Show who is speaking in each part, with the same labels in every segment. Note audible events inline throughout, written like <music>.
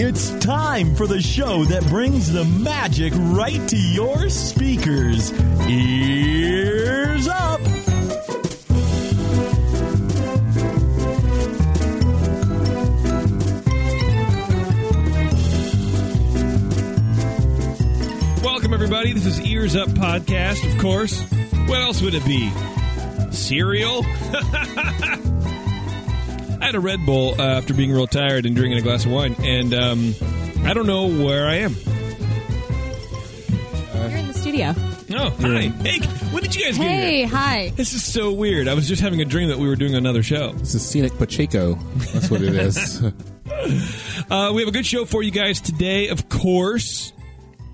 Speaker 1: It's time for the show that brings the magic right to your speakers. Ears up!
Speaker 2: Welcome, everybody. This is Ears Up Podcast, of course. What else would it be? Cereal? <laughs> I had a Red Bull uh, after being real tired and drinking a glass of wine, and um, I don't know where I am.
Speaker 3: You're in the studio.
Speaker 2: Oh, hi. Hey, when did you guys get
Speaker 3: Hey,
Speaker 2: here?
Speaker 3: hi.
Speaker 2: This is so weird. I was just having a dream that we were doing another show.
Speaker 4: This is Scenic Pacheco.
Speaker 2: <laughs>
Speaker 4: That's what it is. <laughs>
Speaker 2: Uh, we have a good show for you guys today, of course.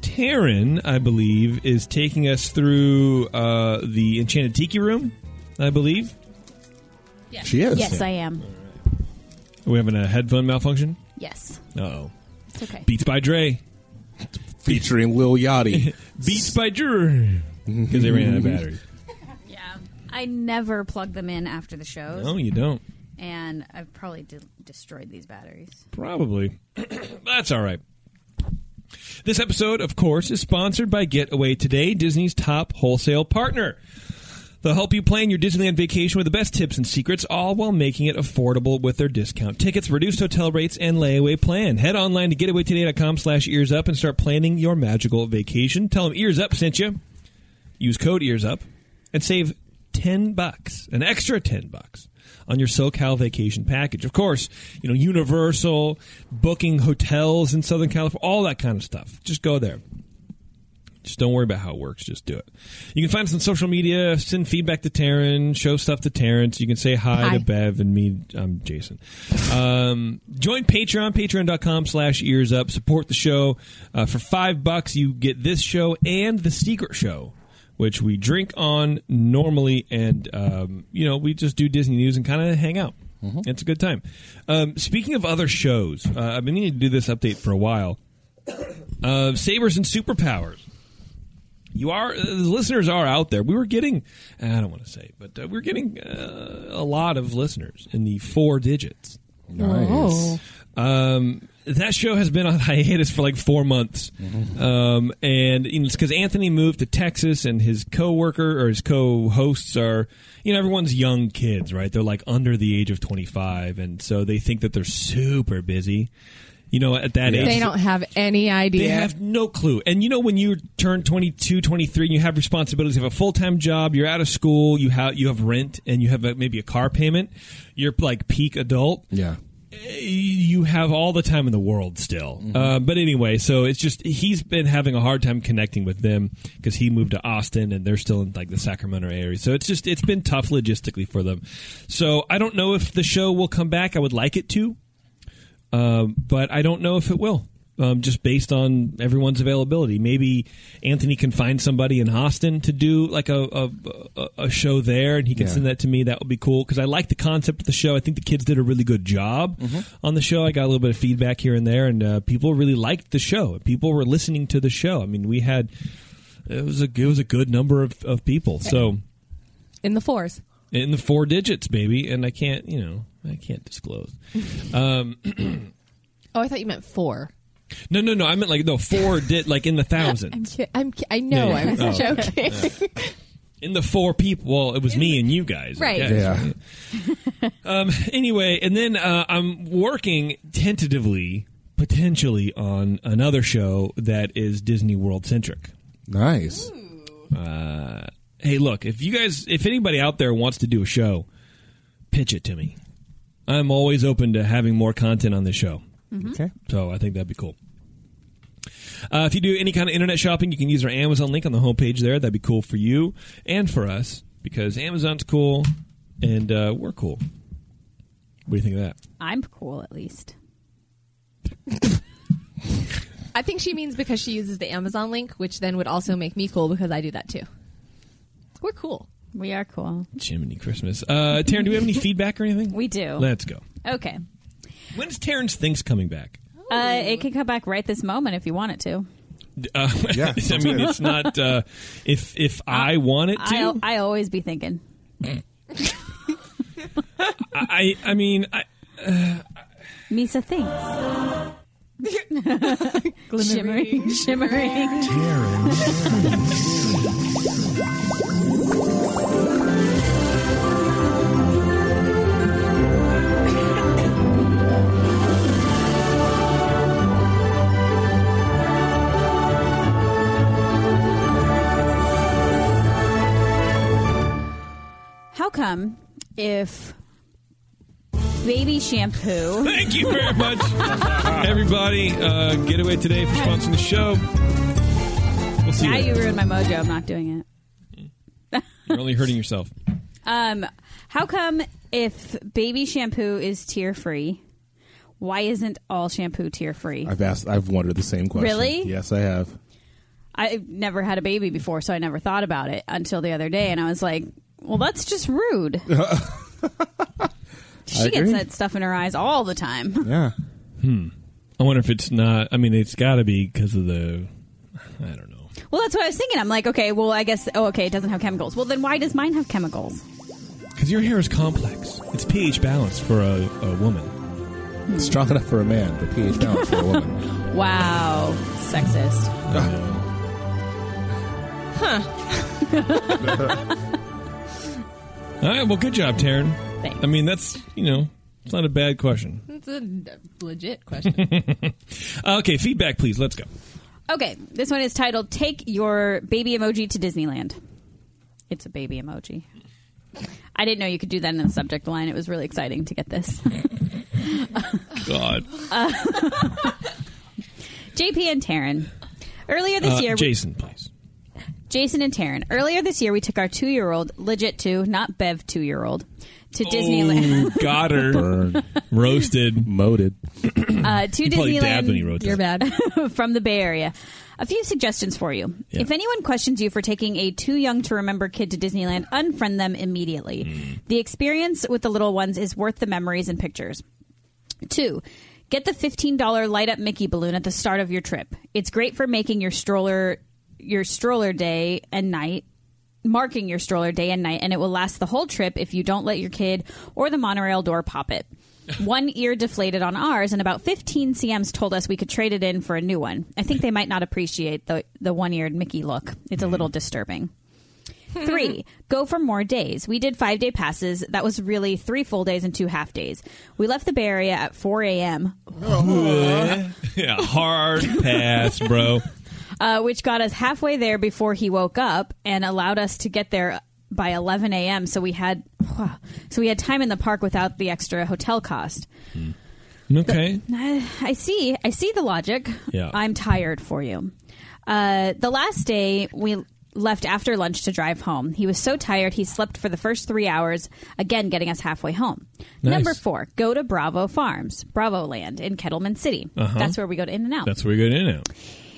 Speaker 2: Taryn, I believe, is taking us through uh, the Enchanted Tiki Room, I believe.
Speaker 4: she is.
Speaker 3: Yes, I am.
Speaker 2: Are we having a headphone malfunction?
Speaker 3: Yes,
Speaker 2: Uh-oh.
Speaker 3: it's okay.
Speaker 2: Beats by Dre.
Speaker 4: Featuring
Speaker 2: <laughs>
Speaker 4: Lil Yachty.
Speaker 2: Beats by <laughs> Dre. Because they ran out of batteries.
Speaker 3: Yeah, I never plug them in after the shows,
Speaker 2: No, you don't.
Speaker 3: and I've probably de- destroyed these batteries.
Speaker 2: Probably. <clears throat> That's all right. This episode, of course, is sponsored by Getaway Today, Disney's top wholesale partner. They'll help you plan your Disneyland vacation with the best tips and secrets, all while making it affordable with their discount tickets, reduced hotel rates, and layaway plan. Head online to getawaytoday.com slash ears up and start planning your magical vacation. Tell them ears up sent you. Use code ears up and save 10 bucks, an extra 10 bucks on your SoCal vacation package. Of course, you know, Universal, booking hotels in Southern California, all that kind of stuff. Just go there. Just don't worry about how it works. Just do it. You can find us on social media. Send feedback to Taryn. Show stuff to Terrence. You can say hi,
Speaker 3: Hi.
Speaker 2: to Bev and me. I'm Jason. Um, join Patreon. Patreon.com slash ears up. Support the show. Uh, for five bucks, you get this show and the secret show, which we drink on normally. And, um, you know, we just do Disney news and kind of hang out. It's a good time. Um, speaking of other shows, uh, I've been needing to do this update for a while. Uh, Sabers and superpowers you are uh, the listeners are out there. We were getting I don't want to say, but uh, we are getting uh, a lot of listeners in the four digits.
Speaker 4: Nice.
Speaker 3: Oh.
Speaker 2: Um, that show has been on <laughs> hiatus for like four months, um, and you know, it's because Anthony moved to Texas, and his coworker or his co-hosts are, you know, everyone's young kids, right? They're like under the age of twenty-five, and so they think that they're super busy. You know, at that age,
Speaker 5: They don't have any
Speaker 2: they
Speaker 5: idea.
Speaker 2: have no clue. And you know, when you turn 22, 23, and you have responsibilities, you have a full time job, you're out of school, you have you have rent, and you have a, maybe a car payment. You're like peak adult.
Speaker 4: Yeah.
Speaker 2: Eh, You have all the time in the world still. Uh, but anyway, so it's just he's been having a hard time connecting with them because he moved to Austin and they're still in like the Sacramento area. So it's just it's been tough logistically for them. So I don't know if the show will come back. I would like it to um, but I don't know if it will. Um, just based on everyone's availability, maybe Anthony can find somebody in Austin to do like a a, a, a show there, and he can
Speaker 4: Yeah.
Speaker 2: send that to me. That would be cool because I like the concept of the show. I think the kids did a really good job on the show. I got a little bit of feedback here and there, and uh, people really liked the show. People were listening to the show. I mean, we had it was a it was a good number of, of people. So
Speaker 5: in the fours.
Speaker 2: in the four digits, baby, and I can't you know I can't disclose.
Speaker 5: Oh, I thought you meant four.
Speaker 2: No, no, no. I meant like no four did like in the
Speaker 5: I'm,
Speaker 2: thousands.
Speaker 5: ki- I'm ki- I know
Speaker 2: Yeah, yeah.
Speaker 5: I was
Speaker 2: Oh.
Speaker 5: joking.
Speaker 2: in the four people. Well, it was me and you guys, I
Speaker 3: Right.
Speaker 2: guess.
Speaker 4: Yeah.
Speaker 2: Um. Anyway, and then uh, I'm working tentatively, potentially on another show that is Disney World centric.
Speaker 4: Nice.
Speaker 2: Hey, look, if you guys, if anybody out there wants to do a show, pitch it to me. I'm always open to having more content on this show. <laughs>
Speaker 3: Mm-hmm.
Speaker 4: Okay.
Speaker 2: So I think that'd be cool. Uh, if you do any kind of internet shopping, you can use our Amazon link on the homepage there. That'd be cool for you and for us because Amazon's cool and uh, we're cool. What do you think of that?
Speaker 3: I'm cool, at least.
Speaker 5: <laughs> I think she means because she uses the Amazon link, which then would also make me cool because I do that too. We're cool.
Speaker 3: We are cool.
Speaker 2: Jiminy Christmas. Uh, Taryn, do
Speaker 3: <laughs>
Speaker 2: we have any feedback or anything?
Speaker 3: We do.
Speaker 2: Let's go.
Speaker 3: Okay.
Speaker 2: When's Taryn's Things coming
Speaker 3: <laughs>
Speaker 2: back?
Speaker 3: Uh, it can come back right this moment if you want it to.
Speaker 2: Uh,
Speaker 4: Yeah,
Speaker 2: I
Speaker 4: sounds
Speaker 2: mean,
Speaker 4: good.
Speaker 2: it's not. Uh, if if
Speaker 3: Uh,
Speaker 2: I want it to,
Speaker 3: I I always be thinking.
Speaker 2: I I mean, I,
Speaker 3: Misa thinks. Shimmering, shimmering. How come if baby shampoo?
Speaker 2: Thank you very much, everybody. Uh, getaway today for sponsoring the show. We'll see
Speaker 3: Now
Speaker 2: you.
Speaker 3: you
Speaker 2: later.
Speaker 3: ruined my mojo. I'm not doing it.
Speaker 2: You're only hurting yourself.
Speaker 3: Um, how come if baby shampoo is tear free, why isn't all shampoo tear free?
Speaker 4: I've asked. I've wondered the same question.
Speaker 3: Really?
Speaker 4: Yes, I have.
Speaker 3: I've never had a baby before, so I never thought about it until the other day, and I was like, "Well, that's just rude." she gets
Speaker 4: agree.
Speaker 3: that stuff in her eyes all the time. <laughs>
Speaker 4: Yeah.
Speaker 2: I wonder if it's not. I mean, it's got to be because of the. I don't know.
Speaker 3: Well, that's what I was thinking. I'm like, okay, well, I guess, oh, okay, it doesn't have chemicals. Well, then why does mine have chemicals?
Speaker 2: Because your hair is complex. It's pH balanced for a, a woman.
Speaker 4: Strong enough for a man, but pH balance for
Speaker 2: <laughs>
Speaker 4: a woman.
Speaker 3: Wow, sexist.
Speaker 2: All right. Well, good job, Taryn.
Speaker 3: Thanks.
Speaker 2: I mean, that's you know, it's not a bad question. Uh,
Speaker 5: It's a d- legit question.
Speaker 2: Okay, feedback, please. Let's go.
Speaker 3: Okay, this one is titled "Take Your Baby Emoji to Disneyland." It's a baby emoji. I didn't know you could do that in the subject line. It was really exciting to get this. <laughs>
Speaker 2: God,
Speaker 3: JP and Taryn. Earlier this
Speaker 2: uh,
Speaker 3: year,
Speaker 2: Jason, please.
Speaker 3: Jason and Taryn. Earlier this year, we took our two-year-old, legit two, not Bev two-year-old, to Disneyland.
Speaker 2: Oh, got her
Speaker 4: Burn.
Speaker 2: roasted.
Speaker 4: Moated.
Speaker 3: Uh, to
Speaker 2: Probably dabbed when he
Speaker 3: Disneyland
Speaker 2: wrote
Speaker 5: You're
Speaker 2: that.
Speaker 3: <laughs>
Speaker 5: bad.
Speaker 3: from the Bay Area. A few suggestions for you.
Speaker 2: Yeah.
Speaker 3: If anyone questions you for taking a too young to remember kid to Disneyland, unfriend them immediately.
Speaker 2: Hmm.
Speaker 3: The experience with the little ones is worth the memories and pictures. Two, get the $15 light up Mickey balloon at the start of your trip. It's great for making your stroller your stroller day and night marking your stroller day and night and it will last the whole trip if you don't let your kid or the monorail door pop it. One ear deflated on ours and about 15 CMs told us we could trade it in for a new one. I think they might not appreciate the the one-eared Mickey look. It's a little disturbing. Three, go for more days. We did five day passes. That was really three full days and two half days. We left the Bay Area at 4 a.m.,
Speaker 2: yeah, hard pass, bro.
Speaker 3: uh, which got us halfway there before he woke up and allowed us to get there by 11 a.m. So we had <sighs> so we had time in the park without the extra hotel cost.
Speaker 2: Okay.
Speaker 3: I, I see. I see the logic.
Speaker 2: Yeah.
Speaker 3: I'm tired for you. Uh, the last day we left after lunch to drive home. He was so tired he slept for the first three hours, again getting us halfway home.
Speaker 2: Nice.
Speaker 3: Number four, go to Bravo Farms, Bravo Land in Kettleman City.
Speaker 2: Uh-huh.
Speaker 3: That's where we go to In and Out.
Speaker 2: That's where we got in now.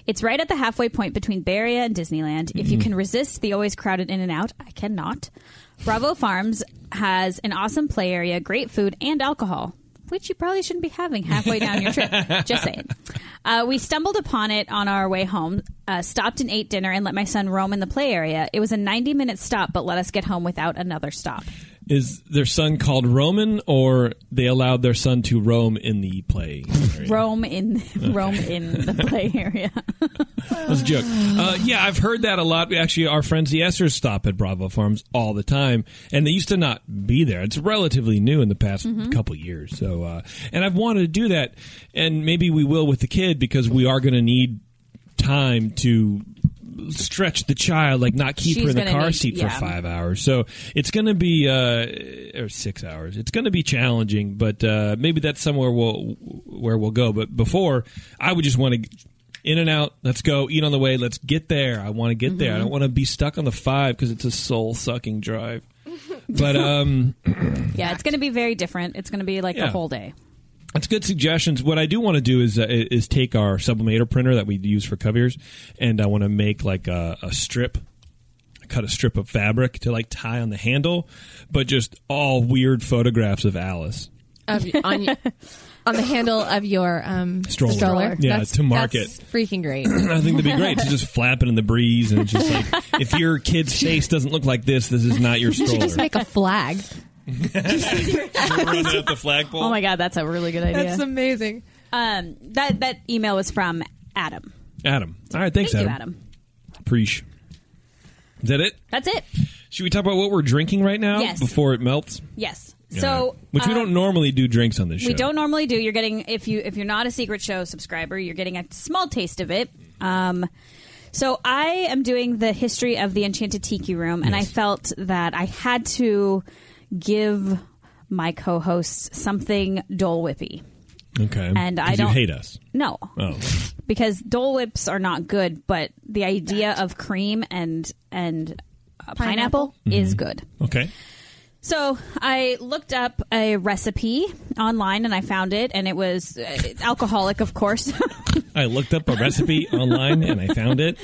Speaker 3: It's right at the halfway point between Bay Area and Disneyland. If you can resist the always crowded In and Out, I cannot. Bravo Farms has an awesome play area, great food, and alcohol, which you probably shouldn't be having halfway down your trip. Just saying. Uh, we stumbled upon it on our way home, uh, stopped and ate dinner, and let my son roam in the play area. It was a 90 minute stop, but let us get home without another stop.
Speaker 2: Is their son called Roman, or they allowed their son to roam in the play? area?
Speaker 3: Roam in, <laughs> roam in the play area.
Speaker 2: That's a joke. Uh, yeah, I've heard that a lot. We Actually, our friends the Essers stop at Bravo Farms all the time, and they used to not be there. It's relatively new in the past couple years. So, uh, and I've wanted to do that, and maybe we will with the kid because we are going to need time to stretch the child, like not keep her
Speaker 3: She's
Speaker 2: in the
Speaker 3: gonna
Speaker 2: car
Speaker 3: need-
Speaker 2: seat
Speaker 3: yeah.
Speaker 2: for five hours. So it's going to be uh, or six hours. It's going to be challenging, but uh, maybe that's somewhere we'll where we'll go. But before, I would just want to. In and out. Let's go. Eat on the way. Let's get there. I want to get
Speaker 3: Mm-hmm.
Speaker 2: there. I don't want to be stuck on the five because it's a soul sucking drive. But um,
Speaker 3: yeah, it's going to be very different. It's going to be like
Speaker 2: Yeah.
Speaker 3: the whole day.
Speaker 2: That's good suggestions. What I do want to do is uh, is take our sublimator printer that we use for covers, and I want to make like a, a strip, cut a strip of fabric to like tie on the handle, but just all weird photographs of Alice.
Speaker 5: <laughs>
Speaker 2: <clears throat>
Speaker 5: Of- on, y- on the handle of your um,
Speaker 2: Stroller.
Speaker 5: stroller.
Speaker 2: Yeah, to mark
Speaker 5: that's
Speaker 2: it.
Speaker 5: freaking great.
Speaker 2: I think that'd be great to just flap it in the breeze and just
Speaker 3: <laughs>
Speaker 2: like if your kid's face doesn't look like this, this is not your stroller.
Speaker 5: Just make a flag.
Speaker 2: Run it up the flagpole.
Speaker 3: Oh my God, that's a really good idea.
Speaker 5: amazing.
Speaker 3: Um, that that email was from Adam.
Speaker 2: Adam. All right, thanks,
Speaker 3: Thank
Speaker 2: Adam.
Speaker 3: you, Adam.
Speaker 2: Preach. Is that it?
Speaker 3: That's it.
Speaker 2: Should we talk about what we're drinking right now
Speaker 3: Yes.
Speaker 2: before it melts?
Speaker 3: Yes.
Speaker 2: All
Speaker 3: So
Speaker 2: right. which we
Speaker 3: um,
Speaker 2: don't normally do drinks on this show.
Speaker 3: We don't normally do. You're getting if you if you're not a secret show subscriber, you're getting a small taste of it. Um, so I am doing the history of the Enchanted Tiki Room, and I felt that I had to give my co-hosts something Dole Whippy.
Speaker 2: Okay.
Speaker 3: And I
Speaker 2: 'Cause you
Speaker 3: don't-
Speaker 2: hate us.
Speaker 3: No,
Speaker 2: Oh,
Speaker 3: because Dole Whips are not good, but the idea of cream and and uh, pineapple, is
Speaker 2: Mm-hmm.
Speaker 3: good.
Speaker 2: okay.
Speaker 3: So I looked up a recipe online and I found it, and it was uh, alcoholic, of course, <laughs>
Speaker 2: I looked up a recipe online and I found it.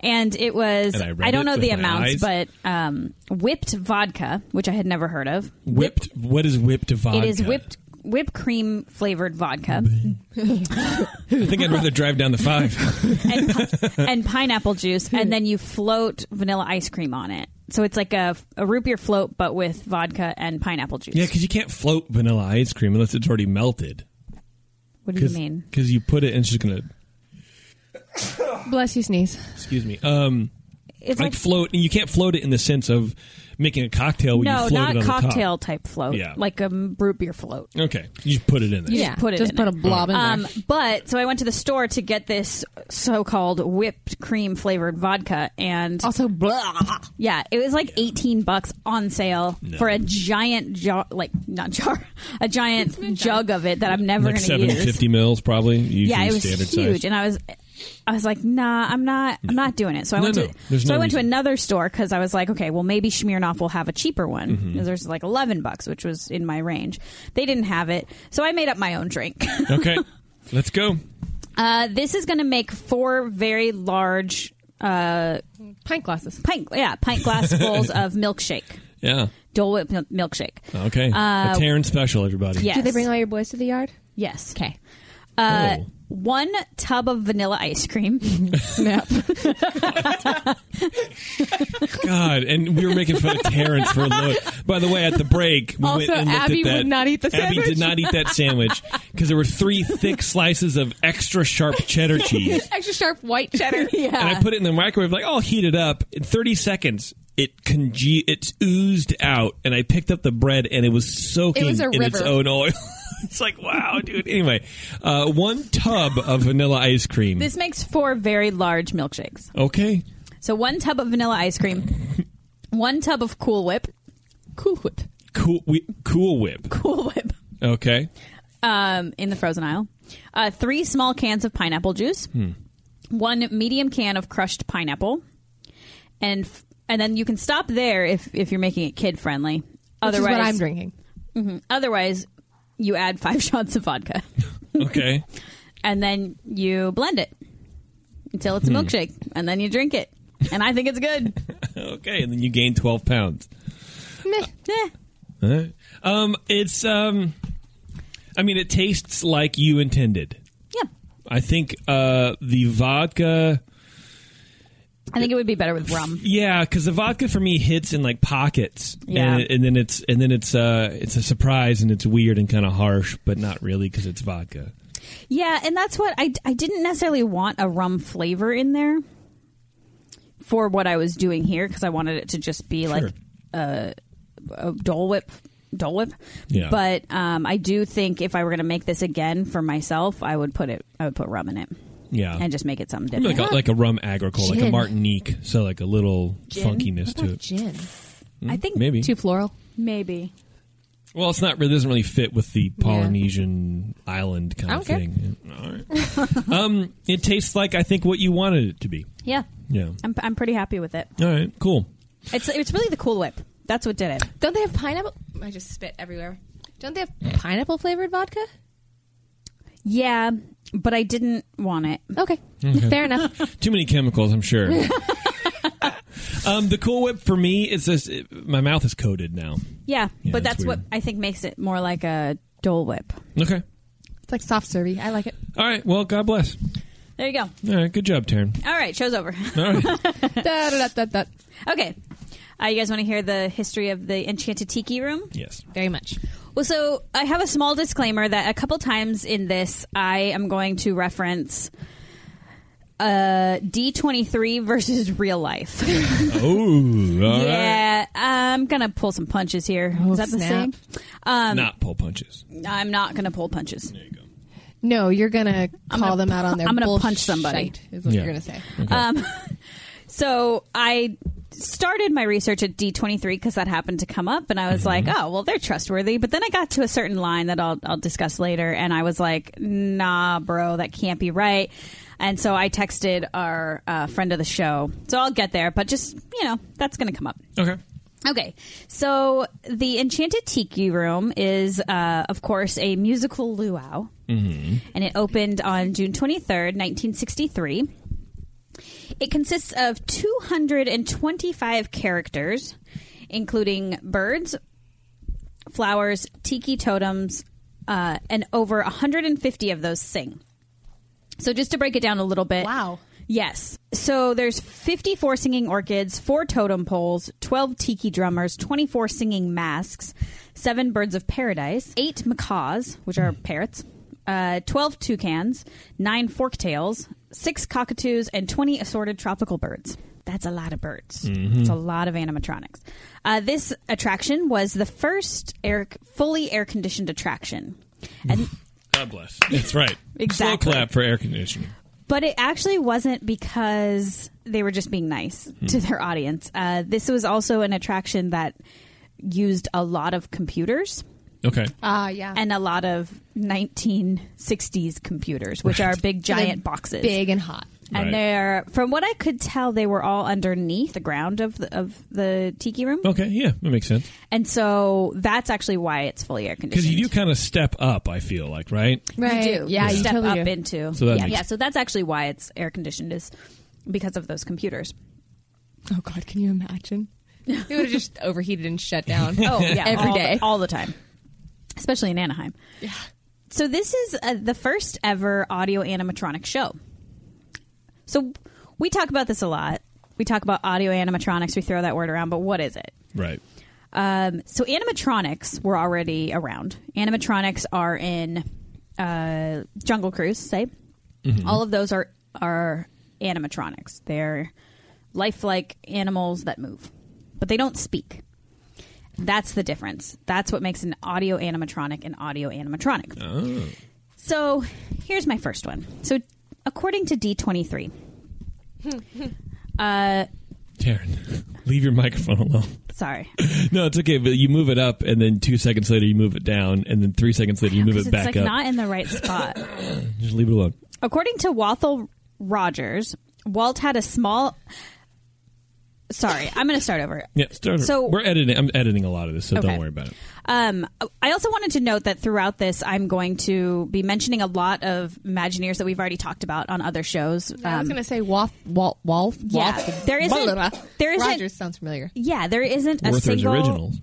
Speaker 3: and it was
Speaker 2: And I
Speaker 3: I,
Speaker 2: read it
Speaker 3: don't know the
Speaker 2: with my
Speaker 3: amounts, but um, whipped vodka, which I had never heard of.
Speaker 2: Whipped. What is whipped vodka?
Speaker 3: It is whipped whipped cream flavored
Speaker 2: <laughs>
Speaker 3: vodka <laughs>
Speaker 2: I think I'd rather drive down the five.
Speaker 3: and, pi- and pineapple juice, and then you float vanilla ice cream on it. So it's like a, a root beer float, but with vodka and pineapple juice.
Speaker 2: yeah, because you can't float vanilla ice cream unless it's already melted.
Speaker 3: what do you
Speaker 2: Because
Speaker 3: mean?
Speaker 2: you put it and it's just gonna.
Speaker 5: Bless you, sneeze.
Speaker 2: Excuse me. Um,
Speaker 3: It's
Speaker 2: like, float, and you can't float it in the sense of making a cocktail. When
Speaker 3: no,
Speaker 2: you float
Speaker 3: not
Speaker 2: it on
Speaker 3: cocktail type float,
Speaker 2: Yeah.
Speaker 3: like a mm, root beer float.
Speaker 2: The top. Okay, you just put it in there.
Speaker 3: Yeah. put it
Speaker 5: Just
Speaker 3: in
Speaker 5: put
Speaker 3: there.
Speaker 5: a blob in
Speaker 3: Um,
Speaker 5: there.
Speaker 3: but so I went to the store to get this so-called whipped cream flavored vodka, and
Speaker 2: Oh.
Speaker 5: Also, blah.
Speaker 3: yeah, it was like eighteen bucks on sale for a giant jar, like not jar, <laughs> a
Speaker 2: <laughs>
Speaker 3: giant jug of it that I'm never
Speaker 2: like
Speaker 3: going
Speaker 2: seven
Speaker 3: to use.
Speaker 2: fifty mils, probably. Usually
Speaker 3: Yeah, it was
Speaker 2: standard
Speaker 3: huge,
Speaker 2: Size.
Speaker 3: and I was, I was like, nah, I'm not, I'm not doing it. So I
Speaker 2: No,
Speaker 3: went
Speaker 2: no,
Speaker 3: to,
Speaker 2: there's
Speaker 3: so
Speaker 2: no
Speaker 3: I went
Speaker 2: reason.
Speaker 3: to another store because I was like, okay, well maybe Smirnoff will have a cheaper one.
Speaker 2: Mm-hmm.
Speaker 3: There's like eleven bucks, which was in my range. They didn't have it, so I made up my own drink. <laughs>
Speaker 2: okay, let's go.
Speaker 3: Uh, this is going to make four very large uh,
Speaker 5: Pint glasses.
Speaker 3: pint, yeah,
Speaker 2: <laughs>
Speaker 3: pint glassfuls of milkshake,
Speaker 2: Yeah.
Speaker 3: Dole Whip mil- milkshake.
Speaker 2: Okay.
Speaker 3: Uh,
Speaker 2: a Terran special, everybody.
Speaker 3: Yes.
Speaker 5: Do they bring all your boys to the yard?
Speaker 3: yes.
Speaker 5: Okay.
Speaker 3: Uh,
Speaker 2: Oh.
Speaker 3: One tub of vanilla ice
Speaker 5: <laughs>
Speaker 3: cream. <laughs>
Speaker 5: Snap.
Speaker 2: God, and we were making fun of Terrence for a look. By the way, at the break, we went
Speaker 5: Also,
Speaker 2: and looked
Speaker 5: Abby
Speaker 2: at that.
Speaker 5: would not eat the
Speaker 2: Abby
Speaker 5: sandwich.
Speaker 2: did not eat that sandwich because there were three thick slices of extra sharp
Speaker 5: <laughs>
Speaker 2: cheddar cheese,
Speaker 5: Extra sharp white <laughs> cheddar.
Speaker 2: and I put it in the microwave. Like, oh, I'll heat it up in thirty seconds. It conge- it's oozed out, and I picked up the bread, and it was soaking
Speaker 5: It was a
Speaker 2: in its
Speaker 5: river.
Speaker 2: own oil. <laughs> it's like, wow, dude. Anyway, uh, one tub of vanilla ice cream.
Speaker 3: This makes four very large milkshakes.
Speaker 2: okay,
Speaker 3: So one tub of vanilla ice cream,
Speaker 5: <laughs>
Speaker 3: one tub of Cool Whip,
Speaker 5: Cool whip.
Speaker 2: cool, Whi- cool whip.
Speaker 3: Cool Whip
Speaker 2: Okay,
Speaker 3: um, in the frozen aisle, uh, three small cans of pineapple juice, one medium can of crushed pineapple, and f- and then you can stop there if if you're making it kid friendly.
Speaker 5: Which is
Speaker 3: Otherwise,
Speaker 5: what I'm drinking.
Speaker 3: otherwise you add five <laughs> shots of vodka
Speaker 2: okay.
Speaker 3: and then you blend it until it's a milkshake, and then you drink it. And I think it's good.
Speaker 2: Okay, and then you gain twelve pounds.
Speaker 5: Meh.
Speaker 3: Eh.
Speaker 2: Alright. Um, it's um, I mean, it tastes like you intended.
Speaker 3: Yeah,
Speaker 2: I think uh, the vodka,
Speaker 3: I think it would be better with rum.
Speaker 2: yeah, because the vodka for me hits in like pockets,
Speaker 3: Yeah.
Speaker 2: and, and then it's and then it's uh, it's a surprise and it's weird and kind of harsh, but not really because it's vodka.
Speaker 3: Yeah, and that's what I, I didn't necessarily want a rum flavor in there for what I was doing here because I wanted it to just be
Speaker 2: Sure.
Speaker 3: like uh, a Dole Whip. Dole Whip,
Speaker 2: Yeah.
Speaker 3: but um, I do think if I were going to make this again for myself, I would put it. I would put rum in it
Speaker 2: Yeah,
Speaker 3: and just make it something
Speaker 2: Maybe
Speaker 3: different.
Speaker 2: like a, like a rum agricole, like a
Speaker 5: Gin.
Speaker 2: Martinique, so like a little funkiness
Speaker 5: What
Speaker 2: to
Speaker 5: about
Speaker 2: it.
Speaker 5: Gin.
Speaker 3: I think
Speaker 2: Maybe.
Speaker 5: Too floral.
Speaker 3: maybe
Speaker 2: Well, it's not. It doesn't really fit with the Polynesian island kind of
Speaker 5: Okay.
Speaker 2: thing. All right. um, it tastes like I think what you wanted it to be.
Speaker 3: yeah.
Speaker 2: Yeah.
Speaker 3: I'm I'm pretty happy with it.
Speaker 2: All right. Cool.
Speaker 3: It's it's really the Cool Whip. That's what did it.
Speaker 5: Don't they have pineapple? I just spit everywhere. Don't they have pineapple flavored vodka?
Speaker 3: Yeah, but I didn't want it.
Speaker 5: Okay. Fair <laughs> enough.
Speaker 2: Too many chemicals, I'm
Speaker 3: <laughs>
Speaker 2: sure. um, the Cool Whip for me is this. it- my mouth is coated now.
Speaker 3: Yeah,
Speaker 2: Yeah,
Speaker 3: but
Speaker 2: that's
Speaker 3: that's what
Speaker 2: weird.
Speaker 3: I think makes it more like a Dole Whip.
Speaker 2: Okay.
Speaker 5: It's like soft servy. I <laughs> like it.
Speaker 2: All right. Well, God bless.
Speaker 3: There you go.
Speaker 2: All right. Good job, Taryn.
Speaker 3: All right, show's over. <laughs>
Speaker 2: All right.
Speaker 5: da, da, da, da, da.
Speaker 3: Okay. Uh, you guys want to hear the history of the Enchanted Tiki Room?
Speaker 2: yes.
Speaker 5: Very much.
Speaker 3: Well, so I have a small disclaimer that a couple times in this, I am going to reference uh, D23 versus real life.
Speaker 2: Oh, all right.
Speaker 3: <laughs> yeah, I'm going to pull some punches here.
Speaker 5: Oh,
Speaker 3: Is that the
Speaker 5: snap.
Speaker 3: same?
Speaker 2: Not pull punches.
Speaker 3: I'm not going to pull punches.
Speaker 2: There you go.
Speaker 5: No, you're gonna call
Speaker 3: gonna
Speaker 5: them out on their.
Speaker 3: pu- I'm gonna
Speaker 5: bullshit,
Speaker 3: punch somebody.
Speaker 5: Is what
Speaker 4: Yeah.
Speaker 5: you're gonna say.
Speaker 3: So I started my research at D23 because that happened to come up, and I was like, oh, well, they're trustworthy. But then I got to a certain line that I'll, I'll discuss later, and I was like, nah, bro, that can't be right. And so I texted our uh, friend of the show. So I'll get there, but just, you know, that's going to come up.
Speaker 2: Okay.
Speaker 3: Okay, so the Enchanted Tiki Room is, uh, of course, a musical luau, and it opened on June 23rd, 1963. It consists of 225 characters, including birds, flowers, tiki totems, uh, and over 150 of those sing. So, just to break it down a little bit,
Speaker 5: Wow.
Speaker 3: Yes. So there's 54 singing orchids, four totem poles, 12 tiki drummers, 24 singing masks, seven birds of paradise, eight macaws, which are parrots, uh, 12 toucans, nine forktails, six cockatoos, and 20 assorted tropical birds. That's a lot of birds. It's a lot of animatronics. Uh, this attraction was the first air, fully air conditioned attraction. And
Speaker 2: God bless. That's right.
Speaker 3: Exactly.
Speaker 2: Slow clap for air conditioning.
Speaker 3: But it actually wasn't because they were just being nice to
Speaker 2: Hmm.
Speaker 3: their audience. Uh, this was also an attraction that used a lot of computers
Speaker 2: Okay.
Speaker 5: Ah, yeah.
Speaker 3: and a lot of 1960s computers, which are big giant boxes.
Speaker 5: big and hot.
Speaker 3: And
Speaker 2: Right.
Speaker 3: they're, from what I could tell, they were all underneath the ground of the, of the tiki room.
Speaker 2: Okay. Yeah, that makes sense.
Speaker 3: And so that's actually why it's fully air
Speaker 2: Because
Speaker 3: conditioned.
Speaker 2: you do kind of step up. I feel like right.
Speaker 5: Right.
Speaker 3: You do.
Speaker 5: Yeah,
Speaker 3: You
Speaker 5: you
Speaker 3: step
Speaker 5: totally
Speaker 3: up
Speaker 5: do.
Speaker 3: into.
Speaker 2: So that
Speaker 3: yeah.
Speaker 2: makes-
Speaker 3: yeah, so that's actually why it's air conditioned is because of those computers.
Speaker 5: Oh God, can
Speaker 3: <laughs>
Speaker 5: you imagine? It would have just overheated and shut down.
Speaker 3: Oh yeah,
Speaker 5: every
Speaker 3: all the-
Speaker 5: day.
Speaker 3: all the time, especially in Anaheim. Yeah. So this is uh, the first ever audio animatronic show. So we talk about this a lot. We talk about audio animatronics. We throw that word around, but what is it?
Speaker 2: Right.
Speaker 3: Um, so animatronics were already around. Animatronics are in uh, Jungle Cruise, say.
Speaker 2: Mm-hmm.
Speaker 3: All of those are are animatronics. They're lifelike animals that move, but they don't speak. That's the difference. That's what makes an audio animatronic an audio animatronic.
Speaker 2: Oh.
Speaker 3: So here's my first one. So according
Speaker 2: <laughs>
Speaker 3: to D23, uh,
Speaker 2: Taryn, <laughs> leave your microphone alone. <laughs>
Speaker 3: sorry,
Speaker 2: No, it's okay. But you move it up, and then two seconds later you move it down, and then three seconds later you move
Speaker 3: 'Cause
Speaker 2: it
Speaker 3: it's
Speaker 2: back
Speaker 3: like
Speaker 2: up.
Speaker 3: not in the right spot.
Speaker 2: Just leave it alone.
Speaker 3: According to Walthall Rogers, Walt had a small. Sorry, I'm going to start over.
Speaker 2: Yeah. Start.
Speaker 3: So-
Speaker 2: we're editing. I'm editing a lot of this, so
Speaker 3: Okay.
Speaker 2: don't worry about it.
Speaker 3: Um, I also wanted to note that throughout this, I'm going to be mentioning a lot of Imagineers that we've already talked about on other shows.
Speaker 5: I was
Speaker 3: Um,
Speaker 5: gonna say Wolf, Wolf, Wolf.
Speaker 3: Yeah. There isn't- there isn't-
Speaker 5: Rogers sounds familiar.
Speaker 3: yeah, there isn't a
Speaker 2: Werther's
Speaker 3: single
Speaker 2: originals.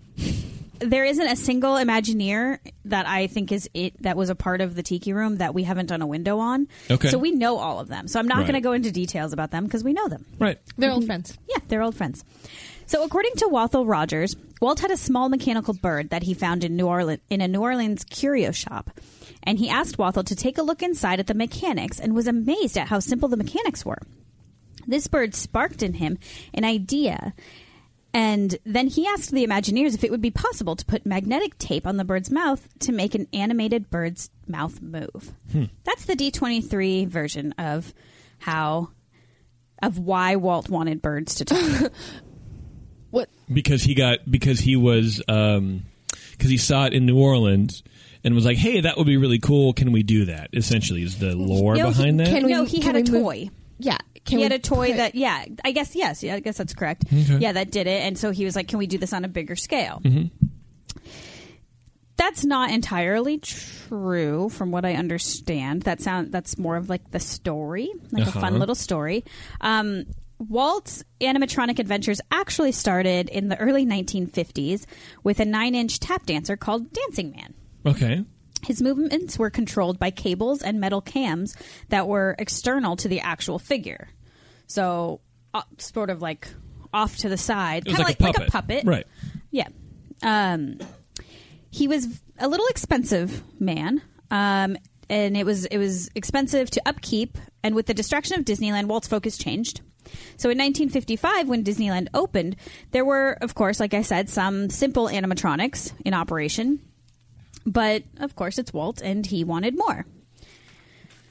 Speaker 3: there isn't a single Imagineer that I think is it that was a part of the Tiki Room that we haven't done a window on.
Speaker 2: Okay.
Speaker 3: so we know all of them. So I'm not
Speaker 2: Right.
Speaker 3: going to go into details about them because we know them.
Speaker 2: Right.
Speaker 5: They're old friends.
Speaker 3: Yeah, they're old friends. So, according to Walthall Rogers, Walt had a small mechanical bird that he found in New Orleans in a New Orleans curio shop, and he asked Walthall to take a look inside at the mechanics and was amazed at how simple the mechanics were. This bird sparked in him an idea, and then he asked the Imagineers if it would be possible to put magnetic tape on the bird's mouth to make an animated bird's mouth move. That's the D23 version of how of why Walt wanted birds to talk.
Speaker 5: What?
Speaker 2: because he got because he was um because he saw it in New Orleans and was like, "Hey, that would be really cool. Can we do that?" Essentially, is the lore
Speaker 3: No, he-
Speaker 2: behind that?
Speaker 5: Can we?
Speaker 3: No, he had
Speaker 5: can
Speaker 3: a
Speaker 5: we move-
Speaker 3: toy.
Speaker 5: Yeah.
Speaker 3: he
Speaker 5: Can we
Speaker 3: had a toy
Speaker 5: put-
Speaker 3: that, yeah, I guess yes, yeah, I guess that's correct. Yeah, that did it, and so he was like, "Can we do this on a bigger scale?"
Speaker 2: Mm-hmm.
Speaker 3: That's not entirely true, from what I understand. That sound that's more of like the story, like a fun
Speaker 2: Uh-huh.
Speaker 3: little story. Um, Walt's animatronic adventures actually started in the early 1950s with a nine-inch tap dancer called Dancing Man.
Speaker 2: okay,
Speaker 3: His movements were controlled by cables and metal cams that were external to the actual figure. So, uh, sort of like off to the side,
Speaker 2: it was
Speaker 3: kind of
Speaker 2: like,
Speaker 3: like,
Speaker 2: a puppet,
Speaker 3: like a puppet.
Speaker 2: right?
Speaker 3: Yeah. Um, he was a little expensive man, um, and it was it was expensive to upkeep. And with the destruction of Disneyland, Walt's focus changed. So in 1955, when Disneyland opened, there were, of course, like I said, some simple animatronics in operation. But of course, it's Walt, and he wanted more.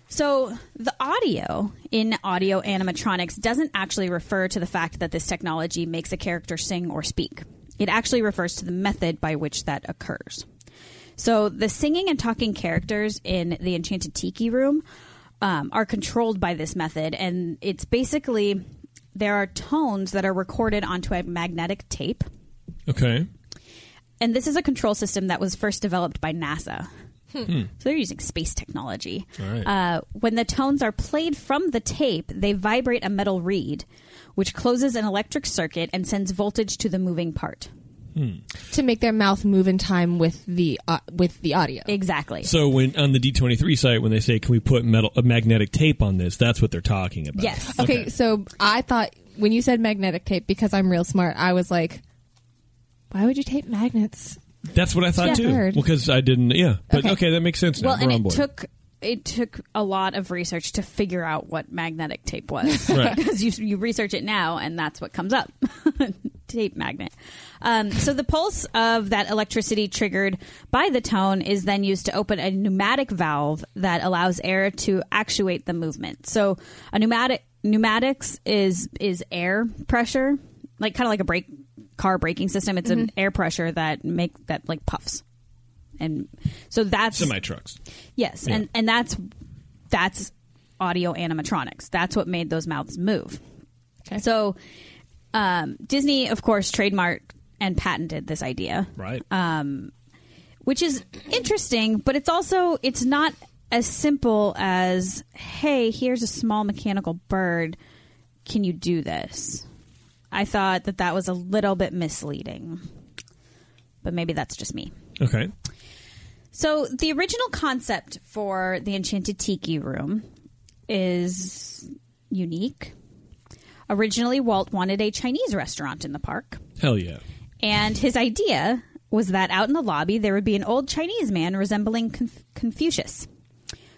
Speaker 3: So the audio in audio animatronics doesn't actually refer to the fact that this technology makes a character sing or speak. It actually refers to the method by which that occurs. So the singing and talking characters in the Enchanted Tiki Room um, are controlled by this method, and it's basically there are tones that are recorded onto a magnetic tape,
Speaker 2: Okay.
Speaker 3: and this is a control system that was first developed by NASA. So they're using space technology.
Speaker 2: Hmm. right.
Speaker 3: Uh, when the tones are played from the tape, they vibrate a metal reed, which closes an electric circuit and sends voltage to the moving part.
Speaker 5: to make their mouth move in time with the uh, with the audio.
Speaker 3: Exactly.
Speaker 2: So when on the D23 site, when they say, "Can we put metal a magnetic tape on this?" That's what they're talking about.
Speaker 3: yes.
Speaker 5: Okay, so I thought when you said magnetic tape because I'm real smart, I was like, why would you tape magnets?
Speaker 2: That's what I thought
Speaker 5: Yeah.
Speaker 2: too.
Speaker 5: Weird.
Speaker 2: because I didn't. Yeah, but okay,
Speaker 5: Okay.
Speaker 2: that makes sense. Now.
Speaker 3: Well, and
Speaker 2: We're on
Speaker 3: it
Speaker 2: board.
Speaker 3: took it took a lot of research to figure out what magnetic tape
Speaker 2: <laughs>
Speaker 3: was <laughs>
Speaker 2: Right.
Speaker 3: because you you research it now and that's what comes up <laughs> tape magnet. Um, so the pulse of that electricity triggered by the tone is then used to open a pneumatic valve that allows air to actuate the movement. So a pneumatic pneumatics is is air pressure, like kind of like a brake car braking system. It's an air pressure that make that like puffs. And so that's
Speaker 2: semi trucks.
Speaker 3: Yes,
Speaker 2: Yeah.
Speaker 3: and and that's that's audio animatronics. That's what made those mouths move.
Speaker 5: Okay.
Speaker 3: So um, Disney, of course, trademarked and patented this idea,
Speaker 2: Right.
Speaker 3: Uh, which is interesting, but it's also it's not as simple as hey, here's a small mechanical bird. Can you do this? I thought that that was a little bit misleading, but maybe that's just me.
Speaker 2: okay.
Speaker 3: So the original concept for the Enchanted Tiki Room is unique. Originally, Walt wanted a Chinese restaurant in the park,
Speaker 2: Hell yeah.
Speaker 3: and his idea was that out in the lobby there would be an old Chinese man resembling Conf- Confucius,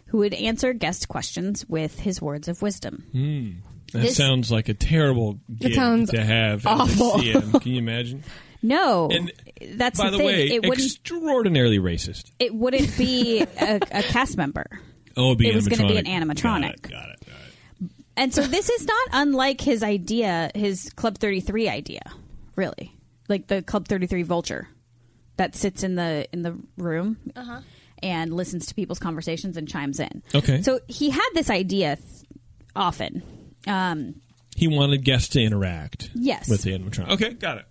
Speaker 3: who would answer guest questions with his words of wisdom.
Speaker 2: Hmm. That
Speaker 3: This-
Speaker 2: sounds like a terrible gig
Speaker 5: sounds
Speaker 2: to have.
Speaker 5: awful.
Speaker 2: At the CM. Can you
Speaker 3: <laughs>
Speaker 2: imagine?
Speaker 3: No,
Speaker 2: And,
Speaker 3: that's
Speaker 2: By
Speaker 3: the,
Speaker 2: the,
Speaker 3: thing.
Speaker 2: way,
Speaker 3: it wouldn't.
Speaker 2: extraordinarily racist.
Speaker 3: It wouldn't be a, a cast member.
Speaker 2: Oh, it'd be
Speaker 3: It was
Speaker 2: going to
Speaker 3: gonna be an
Speaker 2: Got it.
Speaker 3: animatronic.
Speaker 2: Got it. All right.
Speaker 3: And so this is not unlike his idea, his Club 33 idea, really. Like the Club 33 vulture that sits in the in the room and listens to people's conversations and chimes in.
Speaker 2: Okay.
Speaker 3: So he had this idea th- often. Um,
Speaker 2: He wanted guests to interact.
Speaker 3: Yes.
Speaker 2: With the animatronic. Okay. Got it.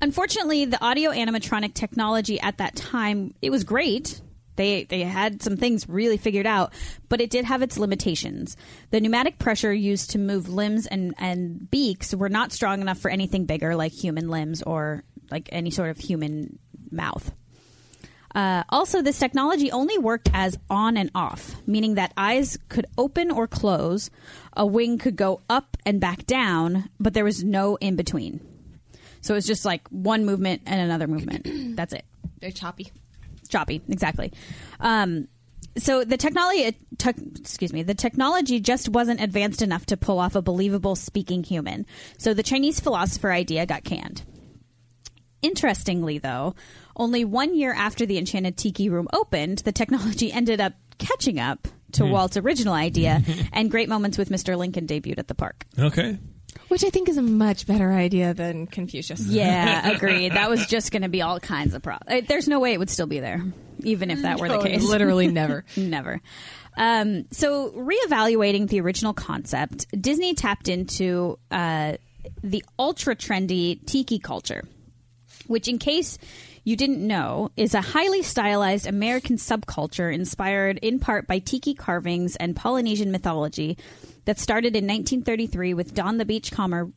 Speaker 3: unfortunately, the audio animatronic technology at that time, it was great. They, they had some things really figured out, but it did have its limitations. The pneumatic pressure used to move limbs and, and beaks were not strong enough for anything bigger like human limbs or like any sort of human mouth. Uh, also, this technology only worked as on and off, meaning that eyes could open or close, a wing could go up and back down, but there was no in between. So it's just like one movement and another movement. <clears throat> That's it.
Speaker 5: They're choppy.
Speaker 3: It's choppy, exactly. Um, so the technology, tech excuse me, the technology just wasn't advanced enough to pull off a believable speaking human. So the Chinese philosopher idea got canned. Interestingly, though, only one year after the Enchanted Tiki Room opened, the technology <laughs> ended up catching up to Walt's original idea, and Great Moments with Mr. Lincoln debuted at the park.
Speaker 2: Okay.
Speaker 5: Which I think is a much better idea than Confucius. <laughs>
Speaker 3: Yeah, agreed. That was just going to be all kinds of problems. There's no way it would still be there, even if that were the
Speaker 5: Oh,
Speaker 3: case. <laughs>
Speaker 5: <laughs> Literally never.
Speaker 3: Never. Um, so, reevaluating the original concept, Disney tapped into uh, the ultra trendy tiki culture, which, in case you didn't know, is a highly stylized American subculture inspired in part by tiki carvings and Polynesian mythology that started in 1933 with Don the Beachcomber.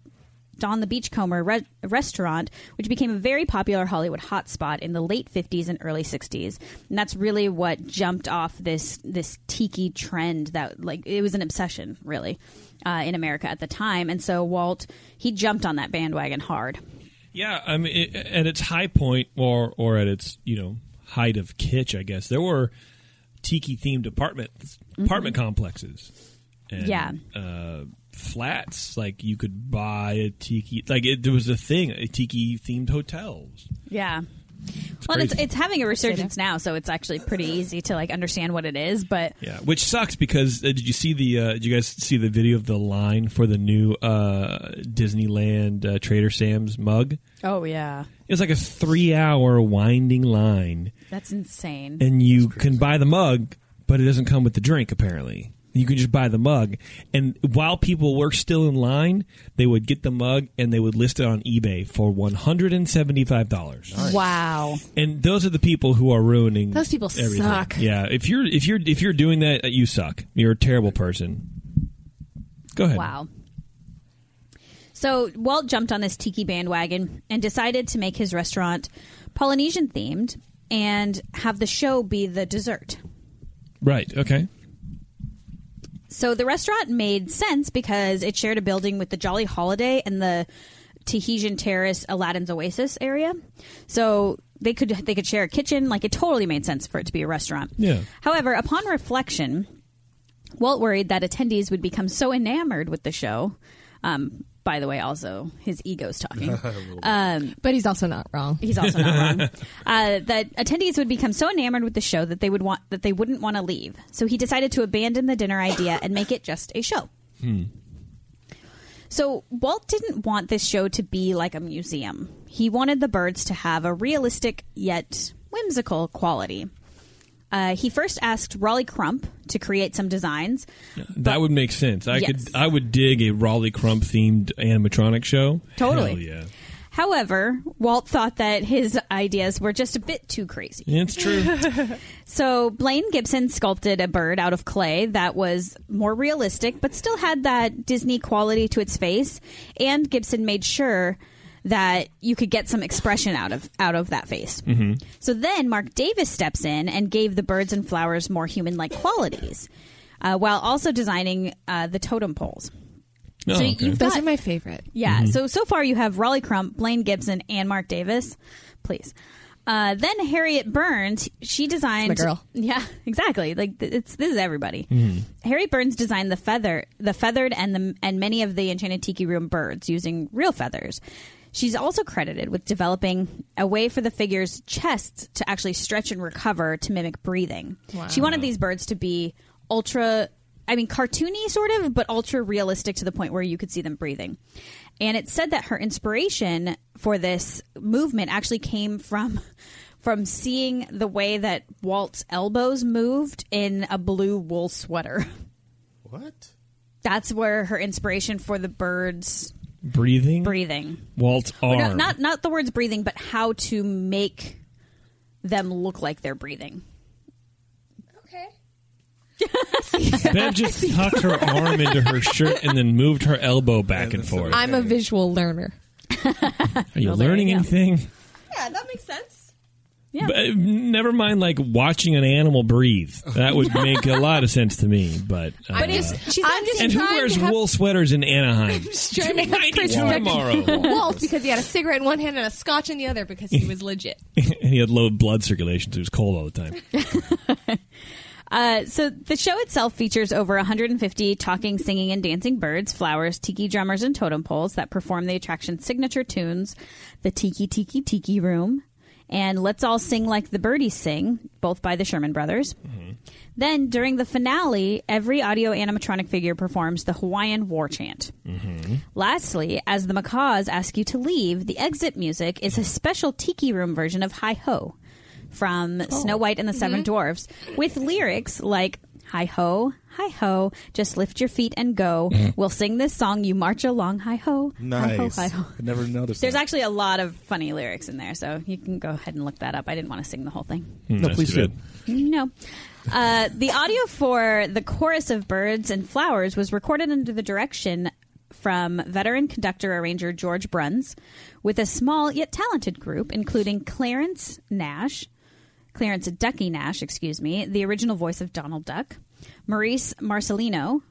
Speaker 3: Don the Beachcomber re- restaurant, which became a very popular Hollywood hotspot in the late 50s and early 60s. And that's really what jumped off this this tiki trend that like it was an obsession really uh, in America at the time. And so Walt he jumped on that bandwagon hard.
Speaker 2: Yeah, I mean, it, at its high point, or or at its you know height of kitsch, I guess. There were tiki themed apartments, apartment complexes, and,
Speaker 3: Yeah.
Speaker 2: uh, flats. Like you could buy a tiki, like it, there was a thing, a tiki themed hotels.
Speaker 3: Yeah. well, it's
Speaker 2: crazy.
Speaker 3: it's having a resurgence now, so it's actually pretty easy to like understand what it is. But
Speaker 2: Yeah, which sucks because uh, did you see the? Uh, did you guys see the video of the line for the new uh, Disneyland uh, Trader Sam's mug?
Speaker 3: oh yeah,
Speaker 2: It was like a three-hour winding line,
Speaker 3: that's insane.
Speaker 2: and you can buy the mug, but it doesn't come with the drink. Apparently, you can just buy the mug. And while people were still in line, they would get the mug and they would list it on eBay for one hundred and seventy-five dollars.
Speaker 3: Wow.
Speaker 2: And those are the people who are ruining.
Speaker 5: Those people
Speaker 2: everything.
Speaker 5: suck.
Speaker 2: Yeah, if you're if you're if you're doing that, uh, you suck. You're a terrible person. Go ahead.
Speaker 3: Wow. So Walt jumped on this tiki bandwagon and decided to make his restaurant Polynesian themed and have the show be the dessert.
Speaker 2: Right. Okay.
Speaker 3: So the restaurant made sense because it shared a building with the Jolly Holiday and the Tahitian Terrace Aladdin's Oasis area. So they could they could share a kitchen. Like it totally made sense for it to be a restaurant.
Speaker 2: Yeah.
Speaker 3: However, upon reflection, Walt worried that attendees would become so enamored with the show. Um, by the way, also his ego's talking.
Speaker 5: But he's also not wrong.
Speaker 3: He's also not wrong. Uh, that attendees would become so enamored with the show that they would want that they wouldn't want to leave. So he decided to abandon the dinner idea and make it just a show. So Walt didn't want this show to be like a museum. He wanted the birds to have a realistic yet whimsical quality. Uh, he first asked Raleigh Crump to create some designs.
Speaker 2: That would make sense. I
Speaker 3: Yes.
Speaker 2: could I would dig a Raleigh Crump themed animatronic show.
Speaker 3: Totally.
Speaker 2: Hell yeah.
Speaker 3: However, Walt thought that his ideas were just a bit too crazy.
Speaker 2: It's
Speaker 3: <laughs>
Speaker 2: true. Oh,
Speaker 3: So Blaine Gibson sculpted a bird out of clay that was more realistic, but still had that Disney quality to its face. And Gibson made sure that you could get some expression out of out of that face. Mm-hmm. So then Mark Davis steps in and gave the birds and flowers more human like qualities, uh, while also designing uh, the totem poles.
Speaker 2: Oh,
Speaker 3: So
Speaker 2: okay.
Speaker 3: you've
Speaker 5: Those
Speaker 3: got
Speaker 5: are my favorite.
Speaker 3: yeah. So so far you have Raleigh Crump, Blaine Gibson, and Mark Davis. Please. Uh, then Harriet Burns, she designed.
Speaker 5: That's my girl.
Speaker 3: Yeah, <laughs> exactly. Like th- it's this is everybody. Harriet Burns designed the feather, the feathered, and the and many of the Enchanted Tiki Room birds using real feathers. She's also credited with developing a way for the figure's chests to actually stretch and recover to mimic breathing. She wanted these birds to be ultra I mean, cartoony sort of, but ultra realistic to the point where you could see them breathing. And it said that her inspiration for this movement actually came from <laughs> from seeing the way that Walt's elbows moved in a blue wool sweater. <laughs>
Speaker 4: What?
Speaker 3: That's where her inspiration for the birds
Speaker 2: breathing.
Speaker 3: breathing.
Speaker 2: Walt's arm.
Speaker 3: No, <laughs> not not the words breathing, but how to make them look like they're breathing.
Speaker 2: Bev just tucked her arm into her shirt and then moved her elbow back and,
Speaker 4: that's
Speaker 2: forth.
Speaker 4: it.
Speaker 5: I'm a visual learner.
Speaker 2: Are you
Speaker 3: Well, there
Speaker 2: learning
Speaker 3: you go.
Speaker 2: anything?
Speaker 5: Yeah, that makes sense.
Speaker 3: Yeah.
Speaker 2: But, uh, never mind, like watching an animal breathe. That would make a lot of sense to me. But uh,
Speaker 5: But it's,
Speaker 3: She's
Speaker 5: I'm
Speaker 3: not
Speaker 5: just
Speaker 2: and who
Speaker 5: trying to
Speaker 2: wears
Speaker 5: have-
Speaker 2: wool sweaters in Anaheim?
Speaker 5: trying to have
Speaker 2: 92
Speaker 5: perspective.
Speaker 2: tomorrow.
Speaker 5: Walt because he had a cigarette in one hand and a scotch in the other because he was legit.
Speaker 2: <laughs> and he had low blood circulation, so he was cold all the time.
Speaker 3: Uh, so the show itself features over 150 talking, singing, and dancing birds, flowers, tiki drummers, and totem poles that perform the attraction's signature tunes, the Tiki Tiki Tiki Room, and Let's All Sing Like the Birdies Sing, both by the Sherman Brothers. Then during the finale, every audio animatronic figure performs the Hawaiian war chant. Lastly, as the macaws ask you to leave, the exit music is a special tiki room version of Hi Ho from Snow White and the 7 Dwarfs with lyrics like Hi Ho, Hi Ho, just lift your feet and go. we'll sing this song, you march along, Hi Ho. Hi Ho,
Speaker 4: Nice.
Speaker 3: Hi Ho.
Speaker 4: I never noticed.
Speaker 3: There's
Speaker 4: that.
Speaker 3: actually a lot of funny lyrics in there, so you can go ahead and look that up. I didn't want to sing the whole thing.
Speaker 4: no,
Speaker 2: Hmm, That's
Speaker 4: please
Speaker 2: too
Speaker 4: do.
Speaker 2: bad.
Speaker 3: No. Uh, the audio for the chorus of birds and flowers was recorded under the direction from veteran conductor arranger George Bruns with a small yet talented group, including Clarence Nash, Clarence Ducky Nash, excuse me, the original voice of Donald Duck, Maurice Marcelino,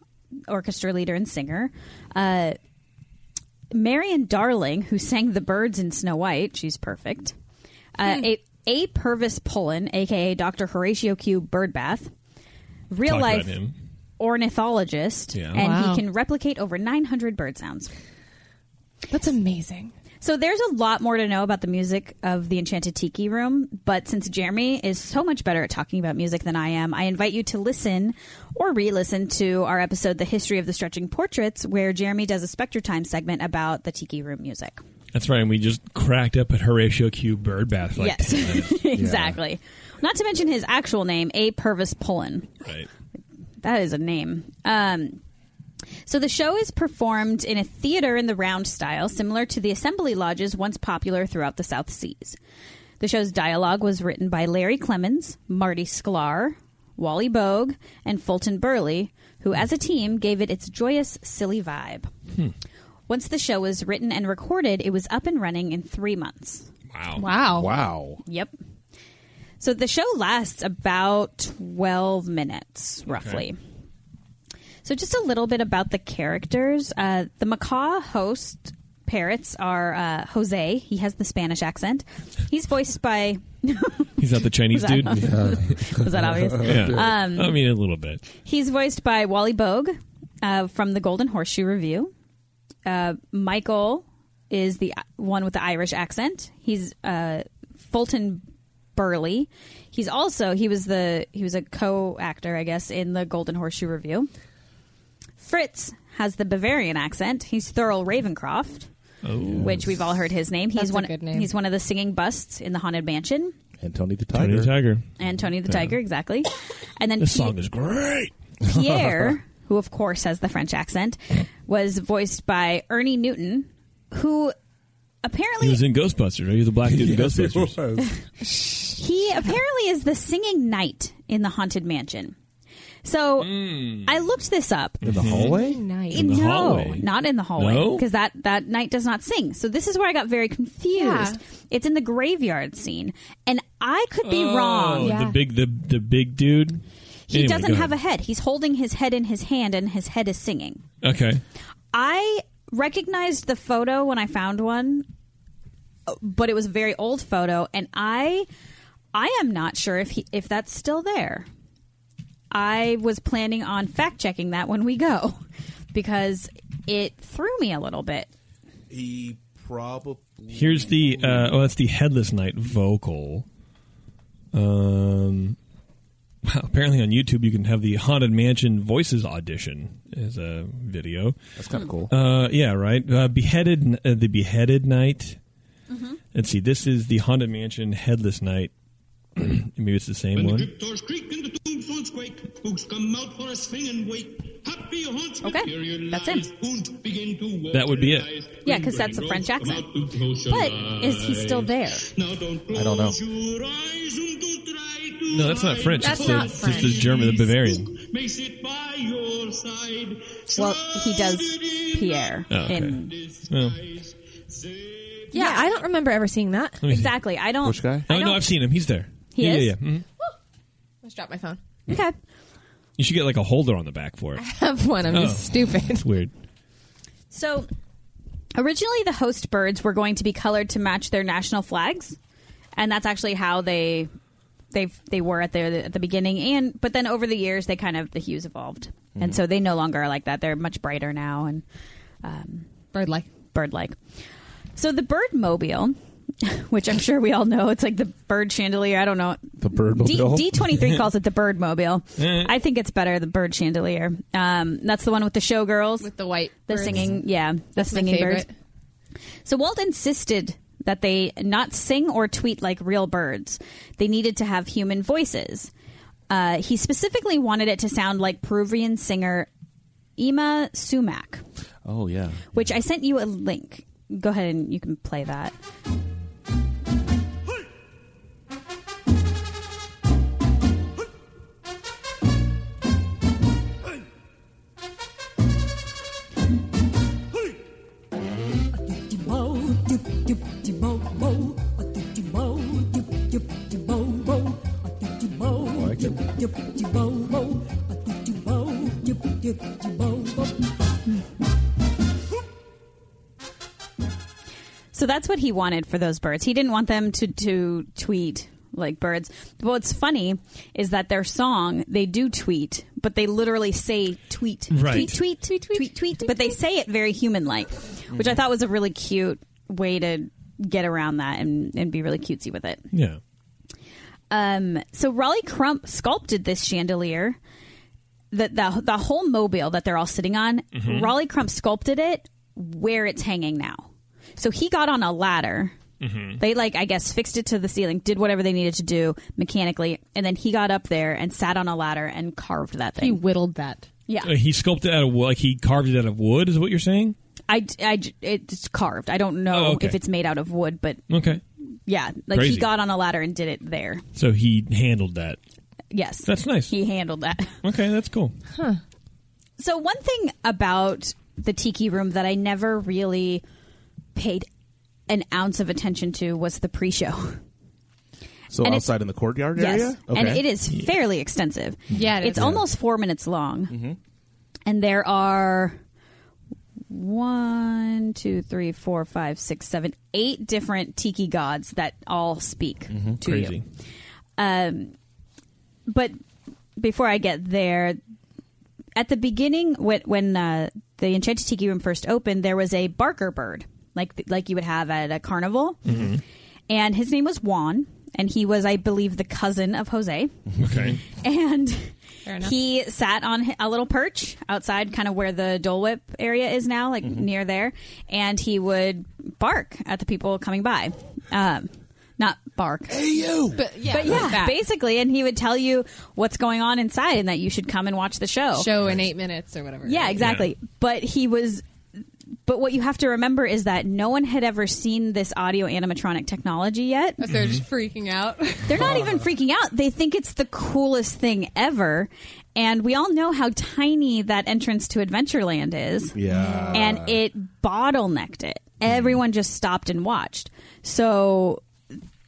Speaker 3: orchestra leader and singer, uh,
Speaker 2: Hmm.
Speaker 3: Marion Darling, who sang the birds in Snow White, she's perfect. Uh, a A. Purvis Pullen, aka Dr. Horatio Q. Birdbath, real
Speaker 2: Talked
Speaker 3: life
Speaker 2: about him.
Speaker 3: ornithologist,
Speaker 2: Yeah.
Speaker 3: and
Speaker 5: Wow.
Speaker 3: he can replicate over 900 bird sounds.
Speaker 5: That's amazing.
Speaker 3: So there's a lot more to know about the music of the Enchanted Tiki Room, but since Jeremy is so much better at talking about music than I am, I invite you to listen or re-listen to our episode The History of the Stretching Portraits where Jeremy does a Spectre Time segment about the Tiki Room music.
Speaker 2: That's right. And we just cracked up at Horatio Q Birdbath. Like,
Speaker 3: yes. <laughs> exactly. Not to mention his actual name, A Purvis Pullen.
Speaker 2: Right.
Speaker 3: That is a name. Um, so the show is performed in a theater in the round style, similar to the assembly lodges once popular throughout the South Seas. The show's dialogue was written by Larry Clemens, Marty Sklar, Wally Bogue, and Fulton Burley, who as a team gave it its joyous, silly vibe. Once the show was written and recorded, it was up and running in three months.
Speaker 2: Wow.
Speaker 3: Oh.
Speaker 5: Wow.
Speaker 4: Wow.
Speaker 3: Yep. So the show lasts about 12 minutes, roughly. So just a little bit about the characters. Uh, the macaw host parrots are uh, Jose. He has the Spanish accent. He's voiced by.
Speaker 2: He's not the Chinese dude.
Speaker 3: Was that obvious?
Speaker 2: <laughs> Yeah. I mean, a little bit.
Speaker 3: He's voiced by Wally Bogue uh, from the Golden Horseshoe Review. Uh, Michael is the uh, one with the Irish accent. He's uh, Fulton Burley. He's also he was the he was a co-actor, I guess, in the Golden Horseshoe Review. Fritz has the Bavarian accent. He's Thurl Ravencroft,
Speaker 2: Oh,
Speaker 3: which we've all heard his name. He's
Speaker 5: That's a
Speaker 3: one.
Speaker 5: good name.
Speaker 3: He's one of the singing busts in the Haunted Mansion
Speaker 4: And Tony the
Speaker 2: Tony
Speaker 4: Tiger.
Speaker 2: the Tiger.
Speaker 3: and Tony the Tiger, exactly. And then
Speaker 2: This
Speaker 3: Pete-
Speaker 2: song is great.
Speaker 3: Pierre, who of course has the French accent, was voiced by Ernie Newton, who apparently
Speaker 2: He was
Speaker 3: he,
Speaker 2: in Ghostbusters. Are you the black
Speaker 4: <laughs>
Speaker 2: dude in
Speaker 4: <laughs> Yes, it
Speaker 2: Ghostbusters?
Speaker 3: <laughs>
Speaker 4: was.
Speaker 3: apparently is the singing knight in the Haunted Mansion. So
Speaker 2: Hmm.
Speaker 3: I looked this up.
Speaker 4: In the hallway?
Speaker 3: Mm-hmm.
Speaker 5: Nice.
Speaker 3: no,
Speaker 2: hallway?
Speaker 3: not in the hallway
Speaker 2: No?
Speaker 3: because that that knight does not sing. So this is where I got very confused.
Speaker 5: Yeah.
Speaker 3: It's in the graveyard scene, and I could be wrong.
Speaker 2: Oh,
Speaker 5: Yeah.
Speaker 2: The big, the the big dude.
Speaker 3: He doesn't have a head. He's holding his head in his hand, and his head is singing.
Speaker 2: a. Okay.
Speaker 3: I recognized the photo when I found one, but it was a very old photo, and I I am not sure if he, if that's still there. I was planning on fact checking that when we go <laughs> because it threw me a little bit.
Speaker 6: He probably.
Speaker 2: Here's the uh, oh, that's the headless knight vocal. Um, wow, apparently on YouTube you can have the haunted mansion voices audition as a video.
Speaker 4: That's kind of cool.
Speaker 2: Uh, yeah, right. Uh, beheaded uh, the beheaded knight.
Speaker 5: Mm-hmm.
Speaker 2: Let's see. This is the haunted mansion headless knight. <clears throat> Maybe it's the same
Speaker 7: When the
Speaker 2: one.
Speaker 7: cryptors creak and the tombstones quake, spooks come out for a swing and wake. Happy haunts
Speaker 3: Okay, that's him.
Speaker 7: And begin to
Speaker 2: That would be it.
Speaker 7: vocalize.
Speaker 3: Yeah, 'cause that's a French accent. But is he still there?
Speaker 7: Now don't close
Speaker 4: I don't know.
Speaker 7: your eyes and don't try to
Speaker 2: No, that's not
Speaker 7: hide
Speaker 2: French.
Speaker 5: That's
Speaker 2: it's the,
Speaker 5: not French.
Speaker 2: It's the German, the Bavarian.
Speaker 7: Spook may sit by your side.
Speaker 3: Well, he does Pierre
Speaker 2: Oh, okay.
Speaker 3: in
Speaker 5: Yeah, I don't remember ever seeing that.
Speaker 2: Let me see.
Speaker 3: exactly. I don't.
Speaker 4: Which guy?
Speaker 2: Oh
Speaker 3: I
Speaker 2: no,
Speaker 3: don't-
Speaker 2: I've seen him. He's there.
Speaker 3: He
Speaker 2: yeah,
Speaker 3: is?
Speaker 2: yeah, yeah. Mhm.
Speaker 5: Let's drop my phone.
Speaker 3: okay.
Speaker 2: You should get like a holder on the back for it.
Speaker 5: <laughs> Have one. I'm
Speaker 2: Oh.
Speaker 5: just stupid.
Speaker 2: It's weird.
Speaker 3: So originally the host birds were going to be colored to match their national flags, and that's actually how they they they were at the at the beginning. And but then over the years they kind of the hues evolved, and so they no longer are like that. They're much brighter now and
Speaker 5: Bird like.
Speaker 3: bird like. So the bird mobile. <laughs> Which I'm sure we all know. It's like the bird chandelier. I don't know.
Speaker 4: The bird
Speaker 3: D-
Speaker 4: mobile? <laughs>
Speaker 3: D23 calls it the bird mobile. I think it's better, the bird chandelier. Um, that's the one with the showgirls.
Speaker 5: With the white.
Speaker 3: The
Speaker 5: birds.
Speaker 3: singing, yeah, the
Speaker 5: My
Speaker 3: singing birds.
Speaker 5: favorite.
Speaker 3: So Walt insisted that they not sing or tweet like real birds. They needed to have human voices. Uh, he specifically wanted it to sound like Peruvian singer Ima Sumac,
Speaker 4: Oh, yeah.
Speaker 3: which I sent you a link. Go ahead and you can play that. So that's what he wanted for those birds. He didn't want them to, to tweet like birds. But what's funny is that their song they do tweet, but they literally say tweet,
Speaker 2: Right.
Speaker 3: tweet, tweet, tweet, tweet, tweet, tweet, but they say it very human like, which I thought was a really cute way to get around that and, and be really cutesy with it.
Speaker 2: Yeah.
Speaker 3: Um, so Raleigh Crump sculpted this chandelier, the, the the whole mobile that they're all sitting on.
Speaker 2: Mm-hmm.
Speaker 3: Raleigh Crump sculpted it where it's hanging now. So he got on a ladder.
Speaker 2: Mm-hmm.
Speaker 3: They like I guess fixed it to the ceiling, did whatever they needed to do mechanically, and then he got up there and sat on a ladder and carved that
Speaker 5: He
Speaker 3: thing.
Speaker 5: whittled that.
Speaker 3: yeah,
Speaker 2: Uh, He sculpted it out of wood, like he carved it out of wood, is what you're saying?
Speaker 3: I, I it's carved. I don't know
Speaker 2: Oh, okay.
Speaker 3: if it's made out of wood, but
Speaker 2: Okay.
Speaker 3: yeah, like
Speaker 2: Crazy.
Speaker 3: he got on a ladder and did it there.
Speaker 2: So he handled that.
Speaker 3: Yes,
Speaker 2: That's nice.
Speaker 3: he handled that. <laughs>
Speaker 2: Okay, that's cool.
Speaker 3: So one thing about the tiki room that I never really paid an ounce of attention to was the pre-show.
Speaker 6: So
Speaker 3: And it's-
Speaker 6: outside in the courtyard
Speaker 3: Yes,
Speaker 6: area? Okay.
Speaker 3: and it is fairly extensive.
Speaker 5: Yeah, it
Speaker 3: it's
Speaker 5: is.
Speaker 3: almost four minutes long, and there are one, two, three, four, five, six, seven, eight different tiki gods that all speak to you.
Speaker 2: Crazy.
Speaker 3: Um, but before I get there, at the beginning, when, when uh, the Enchanted Tiki Room first opened, there was a barker bird, like like you would have at a carnival, and his name was Juan, and he was, I believe, the cousin of Jose,
Speaker 2: Okay.
Speaker 3: and.
Speaker 5: Fair enough.
Speaker 3: He sat on hi- a little perch outside, kind of where the Dole Whip area is now, like near there, and he would bark at the people coming by. Um, not bark,
Speaker 5: But yeah,
Speaker 3: but yeah,
Speaker 5: like that.
Speaker 3: basically, and he would tell you what's going on inside and that you should come and watch the show.
Speaker 5: show in eight minutes or whatever.
Speaker 3: Yeah, exactly. But he was but what you have to remember is that no one had ever seen this audio animatronic technology yet.
Speaker 5: So they're just freaking out.
Speaker 3: They're not even freaking out. They think it's the coolest thing ever. And we all know how tiny that entrance to Adventureland is
Speaker 6: Yeah.
Speaker 3: and it bottlenecked it. Everyone just stopped and watched. So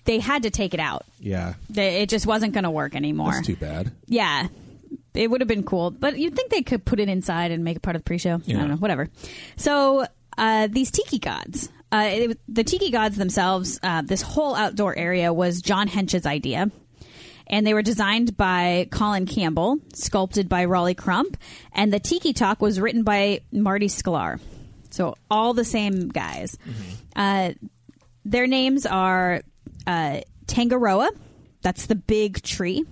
Speaker 3: they had to take it out.
Speaker 6: Yeah.
Speaker 3: They- It just wasn't going to work anymore.
Speaker 4: That's too bad.
Speaker 3: Yeah. It would have been cool, but you'd think they could put it inside and make it part of the pre-show. I
Speaker 2: Yeah.
Speaker 3: don't know, whatever. So uh, these tiki gods, uh, it, was- the tiki gods themselves, uh, this whole outdoor area was John Hench's idea, and they were designed by Colin Campbell, sculpted by Raleigh Crump, and the tiki talk was written by Marty Sklar. So all the same guys. Uh, their names are uh, Tangaroa. That's the big tree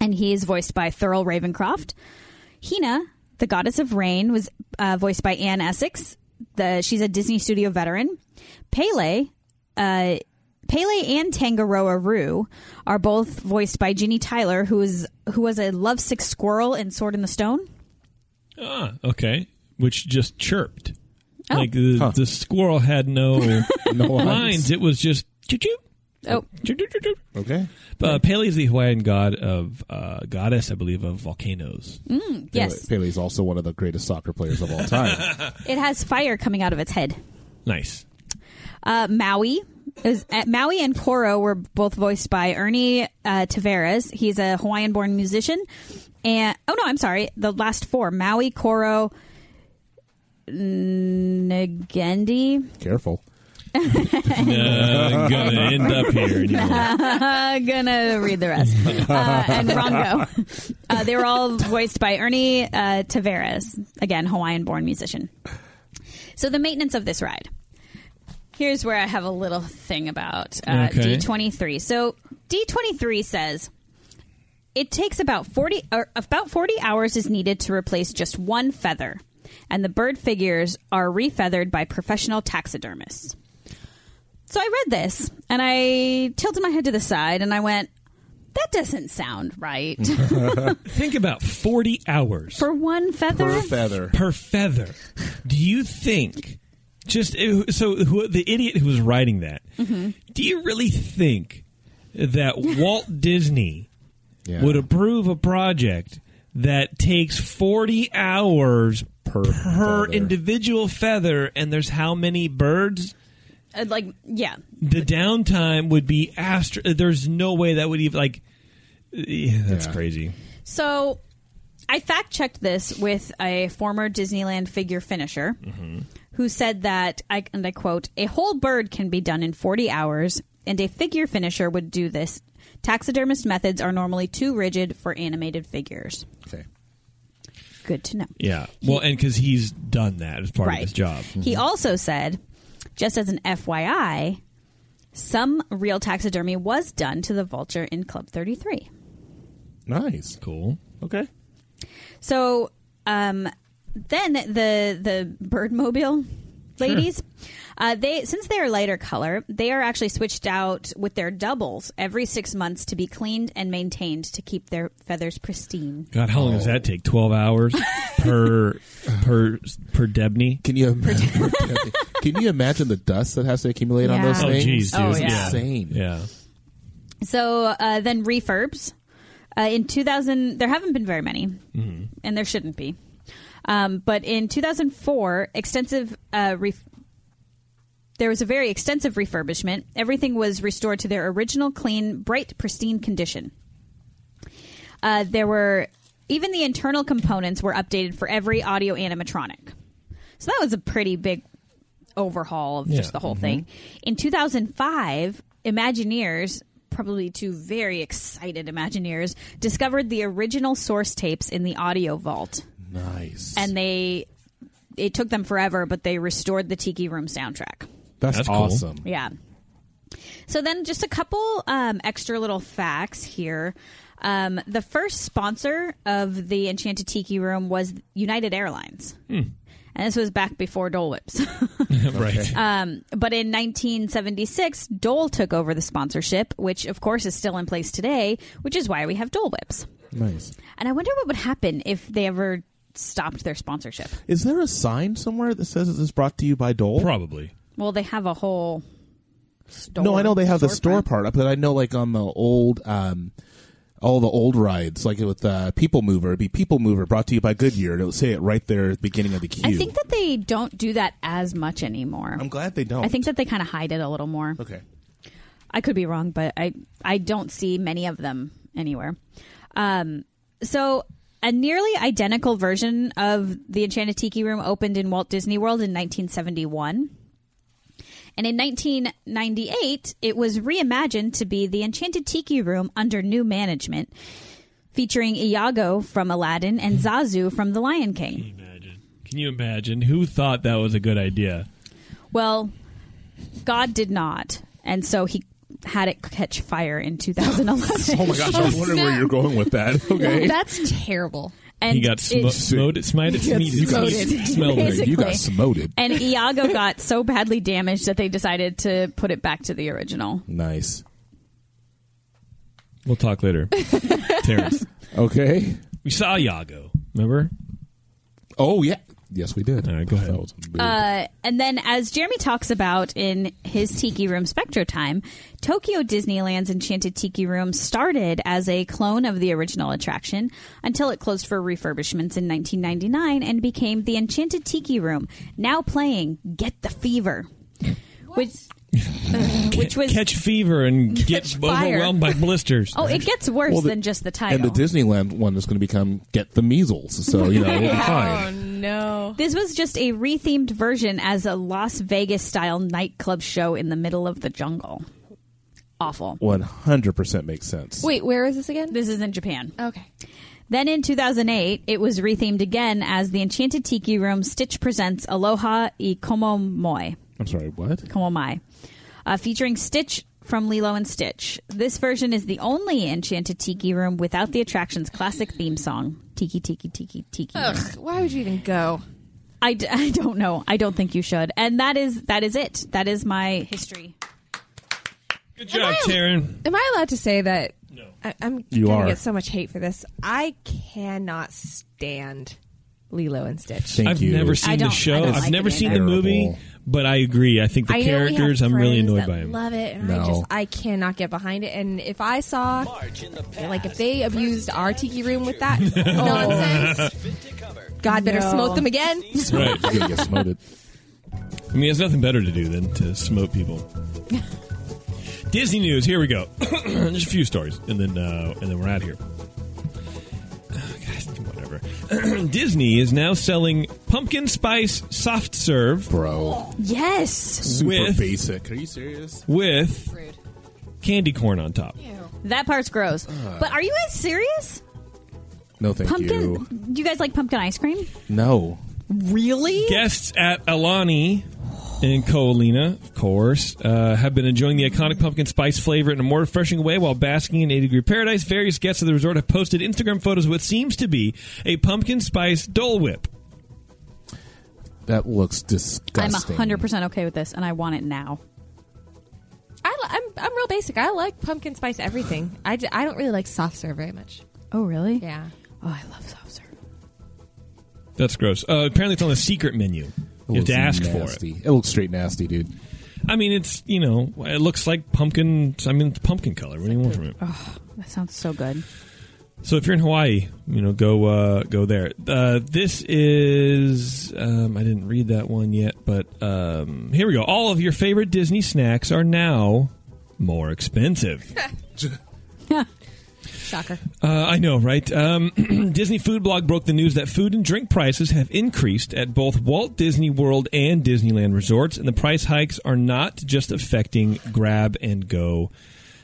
Speaker 3: and he is voiced by Thurl Ravencroft. Hina, the goddess of rain, was uh, voiced by Anne Essex. The she's a Disney Studio veteran. Pele, uh, Pele and Tangaroa Roo are both voiced by Ginny Tyler, who is who was a lovesick squirrel in Sword in the Stone.
Speaker 2: Ah, okay. Which just chirped.
Speaker 3: Oh.
Speaker 2: Like the,
Speaker 4: Huh.
Speaker 2: the squirrel had
Speaker 3: <laughs>
Speaker 2: no
Speaker 4: No
Speaker 2: <laughs> lines. It was just choo choo.
Speaker 3: Oh,
Speaker 2: Choo choo choo choo.
Speaker 4: Okay.
Speaker 2: Uh, Pele is the Hawaiian god of uh, goddess, I believe, of volcanoes.
Speaker 3: Mm. yes,
Speaker 4: Pele is also one of the greatest soccer players of all time.
Speaker 3: it has fire coming out of its head.
Speaker 2: Nice.
Speaker 3: uh, Maui. Is, uh, Maui and Koro were both voiced by Ernie uh, Taveras. He's a Hawaiian-born musician, and oh no, I'm sorry, the last four: Maui, Koro, Nagendi,
Speaker 4: Careful.
Speaker 2: Uh, gonna end up here anymore.
Speaker 3: uh, gonna read the rest. Uh, and Rongo. Uh, they were all voiced by Ernie uh, Taveras, again, Hawaiian born musician. So, the maintenance of this ride. Here's where I have a little thing about uh,
Speaker 2: Okay.
Speaker 3: D23. So, D23 says. It takes about 40 or about 40 hours is needed to replace just one feather, and the bird figures are refeathered by professional taxidermists. So I read this and I tilted my head to the side and I went, that doesn't sound right.
Speaker 2: Mm-hmm. Think about 40 hours
Speaker 3: <laughs> For one feather?
Speaker 6: Per feather.
Speaker 2: per feather. Do you think, just so who, the idiot who was writing that, do you really think that Walt Disney
Speaker 4: Yeah.
Speaker 2: would approve a project that takes 40 hours per,
Speaker 4: Per feather.
Speaker 2: individual feather and there's how many birds?
Speaker 3: Uh, like, yeah.
Speaker 2: The downtime would be astro. There's no way that would even, like, yeah, that's
Speaker 4: Yeah.
Speaker 2: crazy.
Speaker 3: So I fact checked this with a former Disneyland figure finisher
Speaker 2: Mm-hmm.
Speaker 3: who said that, I, and I quote, a whole bird can be done in 40 hours, and a figure finisher would do this Taxidermist methods are normally too rigid for animated figures.
Speaker 4: Okay.
Speaker 3: Good to know.
Speaker 2: Yeah. Well, and because he's done that as part of his job. Mm-hmm.
Speaker 3: He also said, just as an FYI, some real taxidermy was done to the vulture in Club 33.
Speaker 4: Nice.
Speaker 2: Cool.
Speaker 6: Okay.
Speaker 3: So um, then the the birdmobile ladies, uh, they since they are lighter color, they are actually switched out with their doubles every six months to be cleaned and maintained to keep their feathers pristine.
Speaker 2: God, how long does that take? Twelve
Speaker 3: <laughs>
Speaker 2: hours per per per debney.
Speaker 4: Can you imagine, <laughs> can you imagine the dust that has to accumulate on
Speaker 3: Yeah.
Speaker 4: those
Speaker 2: Oh,
Speaker 4: things?
Speaker 2: jeez, dude.
Speaker 5: Oh,
Speaker 4: It's
Speaker 5: yeah.
Speaker 4: insane.
Speaker 2: Yeah.
Speaker 3: So uh, then refurbs. Uh, in 2000, there haven't been very many, and there shouldn't be. Um, but in 2004, extensive uh, ref- there was a very extensive refurbishment. Everything was restored to their original clean, bright, pristine condition. Uh, there were even the internal components were updated for every audio animatronic. So that was a pretty big overhaul of
Speaker 2: Yeah.
Speaker 3: just the whole thing. In 2005, Imagineers, probably two very excited Imagineers, discovered the original source tapes in the audio vault,
Speaker 4: Nice.
Speaker 3: and they it took them forever, but they restored the Tiki Room soundtrack.
Speaker 4: that's,
Speaker 2: That's cool.
Speaker 4: awesome.
Speaker 3: Yeah. So then, just a couple um, extra little facts here. Um, the first sponsor of the Enchanted Tiki Room was United Airlines. And this was back before Dole Whips. <laughs>
Speaker 2: right.
Speaker 3: Uh, but in 1976, Dole took over the sponsorship, which of course is still in place today, which is why we have Dole Whips.
Speaker 4: Nice.
Speaker 3: And I wonder what would happen if they ever stopped their sponsorship.
Speaker 4: Is there a sign somewhere that says this is brought to you by Dole?
Speaker 2: Probably.
Speaker 3: Well, they have a whole store.
Speaker 4: No, I know they have the store
Speaker 3: storefront.
Speaker 4: part up, but I know like on the old, um, all the old rides, like with uh, People Mover, it'd be People Mover brought to you by Goodyear. and It'll say it right there at the beginning of the queue.
Speaker 3: I think that they don't do that as much anymore.
Speaker 4: I'm glad they don't.
Speaker 3: I think that they kind of hide it a little more.
Speaker 4: Okay.
Speaker 3: I could be wrong, but I I don't see many of them anywhere. Um, so a nearly identical version of the Enchanted Tiki Room opened in Walt Disney World in 1971. And in 1998, it was reimagined to be the Enchanted Tiki Room under new management, featuring Iago from Aladdin and Zazu from The Lion King.
Speaker 2: Imagine. Can you imagine who thought that was a good idea?
Speaker 3: Well, God did not, and so he had it catch fire in 2011.
Speaker 4: Oh my
Speaker 3: <laughs>
Speaker 4: gosh, I was wondering where
Speaker 5: snap.
Speaker 4: you're going with that.
Speaker 5: <laughs>
Speaker 4: Okay.
Speaker 5: That's terrible.
Speaker 3: and
Speaker 2: <laughs> he got smo-
Speaker 3: it-
Speaker 2: smoked, smited,
Speaker 3: <laughs>
Speaker 4: You got
Speaker 2: smeated, smothered.
Speaker 3: Basically.
Speaker 4: You got smoted.
Speaker 3: and Iago got so badly damaged that they decided to put it back to the original.
Speaker 4: Nice.
Speaker 2: We'll talk
Speaker 3: <laughs>
Speaker 2: later. Terrence.
Speaker 4: Okay.
Speaker 2: We saw Yago. Remember?
Speaker 4: Oh yeah. Yes, we did.
Speaker 2: All right, go ahead.
Speaker 4: That was a big-
Speaker 3: Uh, and then, as Jeremy talks about in his Tiki Room Spectro Time, Tokyo Disneyland's Enchanted Tiki Room started as a clone of the original attraction until it closed for refurbishments in 1999 and became the Enchanted Tiki Room, now playing Get the Fever. Which, which was.
Speaker 2: Catch fever
Speaker 3: <laughs>
Speaker 2: and get
Speaker 3: Catch fire.
Speaker 2: overwhelmed by blisters.
Speaker 3: oh, it gets worse
Speaker 4: Well, the-
Speaker 3: than just the
Speaker 4: and
Speaker 3: title.
Speaker 4: the Disneyland one is going to become get the measles. So you
Speaker 3: <laughs>
Speaker 4: know we'll be
Speaker 5: Oh
Speaker 4: fine.
Speaker 5: no.
Speaker 3: This was just a rethemed version as a Las Vegas style nightclub show in the middle of the jungle. Awful.
Speaker 4: One hundred percent makes sense.
Speaker 5: Wait, where is this again?
Speaker 3: This is in Japan.
Speaker 5: Okay.
Speaker 3: Then in 2008, it was rethemed again as the Enchanted Tiki Room Stitch Presents Aloha i Komomoi.
Speaker 4: I'm sorry. What?
Speaker 3: Komomai. Uh, featuring Stitch from Lilo and Stitch. This version is the only Enchanted Tiki Room without the attraction's classic theme song, Tiki Tiki Tiki Tiki.
Speaker 5: Ugh, why would you even go?
Speaker 3: I, d- I don't know. I don't think you should. And that is that is it. That is my history.
Speaker 2: Good job, Taryn.
Speaker 5: Am I allowed to say that? No. I, I'm
Speaker 4: You
Speaker 5: gonna
Speaker 4: are.
Speaker 5: get so much hate for this. I cannot stand Lilo and Stitch.
Speaker 4: Thank
Speaker 2: I've
Speaker 4: you.
Speaker 2: never seen the
Speaker 3: don't- I
Speaker 2: show.
Speaker 3: don't
Speaker 2: I've
Speaker 3: like
Speaker 2: never
Speaker 3: it
Speaker 2: seen the
Speaker 3: either.
Speaker 2: movie,
Speaker 4: Terrible.
Speaker 2: but I agree. I think the
Speaker 5: I know we have
Speaker 2: characters, I'm really
Speaker 5: friends
Speaker 2: annoyed
Speaker 5: that
Speaker 2: by them.
Speaker 5: Love it, and
Speaker 4: No.
Speaker 5: I just I cannot get behind it. And if I saw, like, if they abused our tiki room with
Speaker 2: <laughs>
Speaker 5: that nonsense, God better
Speaker 3: No.
Speaker 5: smote them again.
Speaker 2: Right.
Speaker 4: You're going to get smoted.
Speaker 2: I mean, there's nothing better to do than to smote people. Disney news. Here we go. <clears throat> Just a few stories, and then uh, and then we're out of here. <sighs> Guys, Whatever. <clears throat> Disney is now selling pumpkin spice soft serve
Speaker 4: bro.
Speaker 3: Yes.
Speaker 4: Super
Speaker 2: With-
Speaker 4: basic. Are you serious?
Speaker 2: with candy corn on top.
Speaker 3: That part's gross. but are you guys serious?
Speaker 4: No, thank
Speaker 3: pumpkin?
Speaker 4: you.
Speaker 3: Do you guys like pumpkin ice cream?
Speaker 4: No.
Speaker 3: Really?
Speaker 2: Guests at Alani and Coalina, of course, uh, have been enjoying the iconic pumpkin spice flavor in a more refreshing way while basking in 80 degree paradise. Various guests of the resort have posted Instagram photos of what seems to be a pumpkin spice Dole Whip.
Speaker 4: That looks
Speaker 3: I'm
Speaker 4: disgusting.
Speaker 3: hundred percent okay with this, and I want it now.
Speaker 5: I, li- I'm, I'm real basic. I like pumpkin spice everything. I, d- I don't really like soft serve very much.
Speaker 3: Oh, really?
Speaker 5: Yeah.
Speaker 3: Oh, I love soft serve.
Speaker 2: That's gross. Uh, apparently, it's on the secret menu. You have to ask for it.
Speaker 4: for it. It looks straight nasty, dude.
Speaker 2: I mean, it's you know, it looks like pumpkin. I mean, it's pumpkin color. What do you want from it?
Speaker 3: That sounds so good.
Speaker 2: So if you're in Hawaii, you know, go uh, go there. Uh, this is um, I didn't read that one yet, but um, here we go. All of your favorite Disney snacks are now more expensive.
Speaker 5: Shocker.
Speaker 2: uh, I know, right? Um, <clears throat> Disney Food Blog broke the news that food and drink prices have increased at both Walt Disney World and Disneyland resorts, and the price hikes are not just affecting grab and go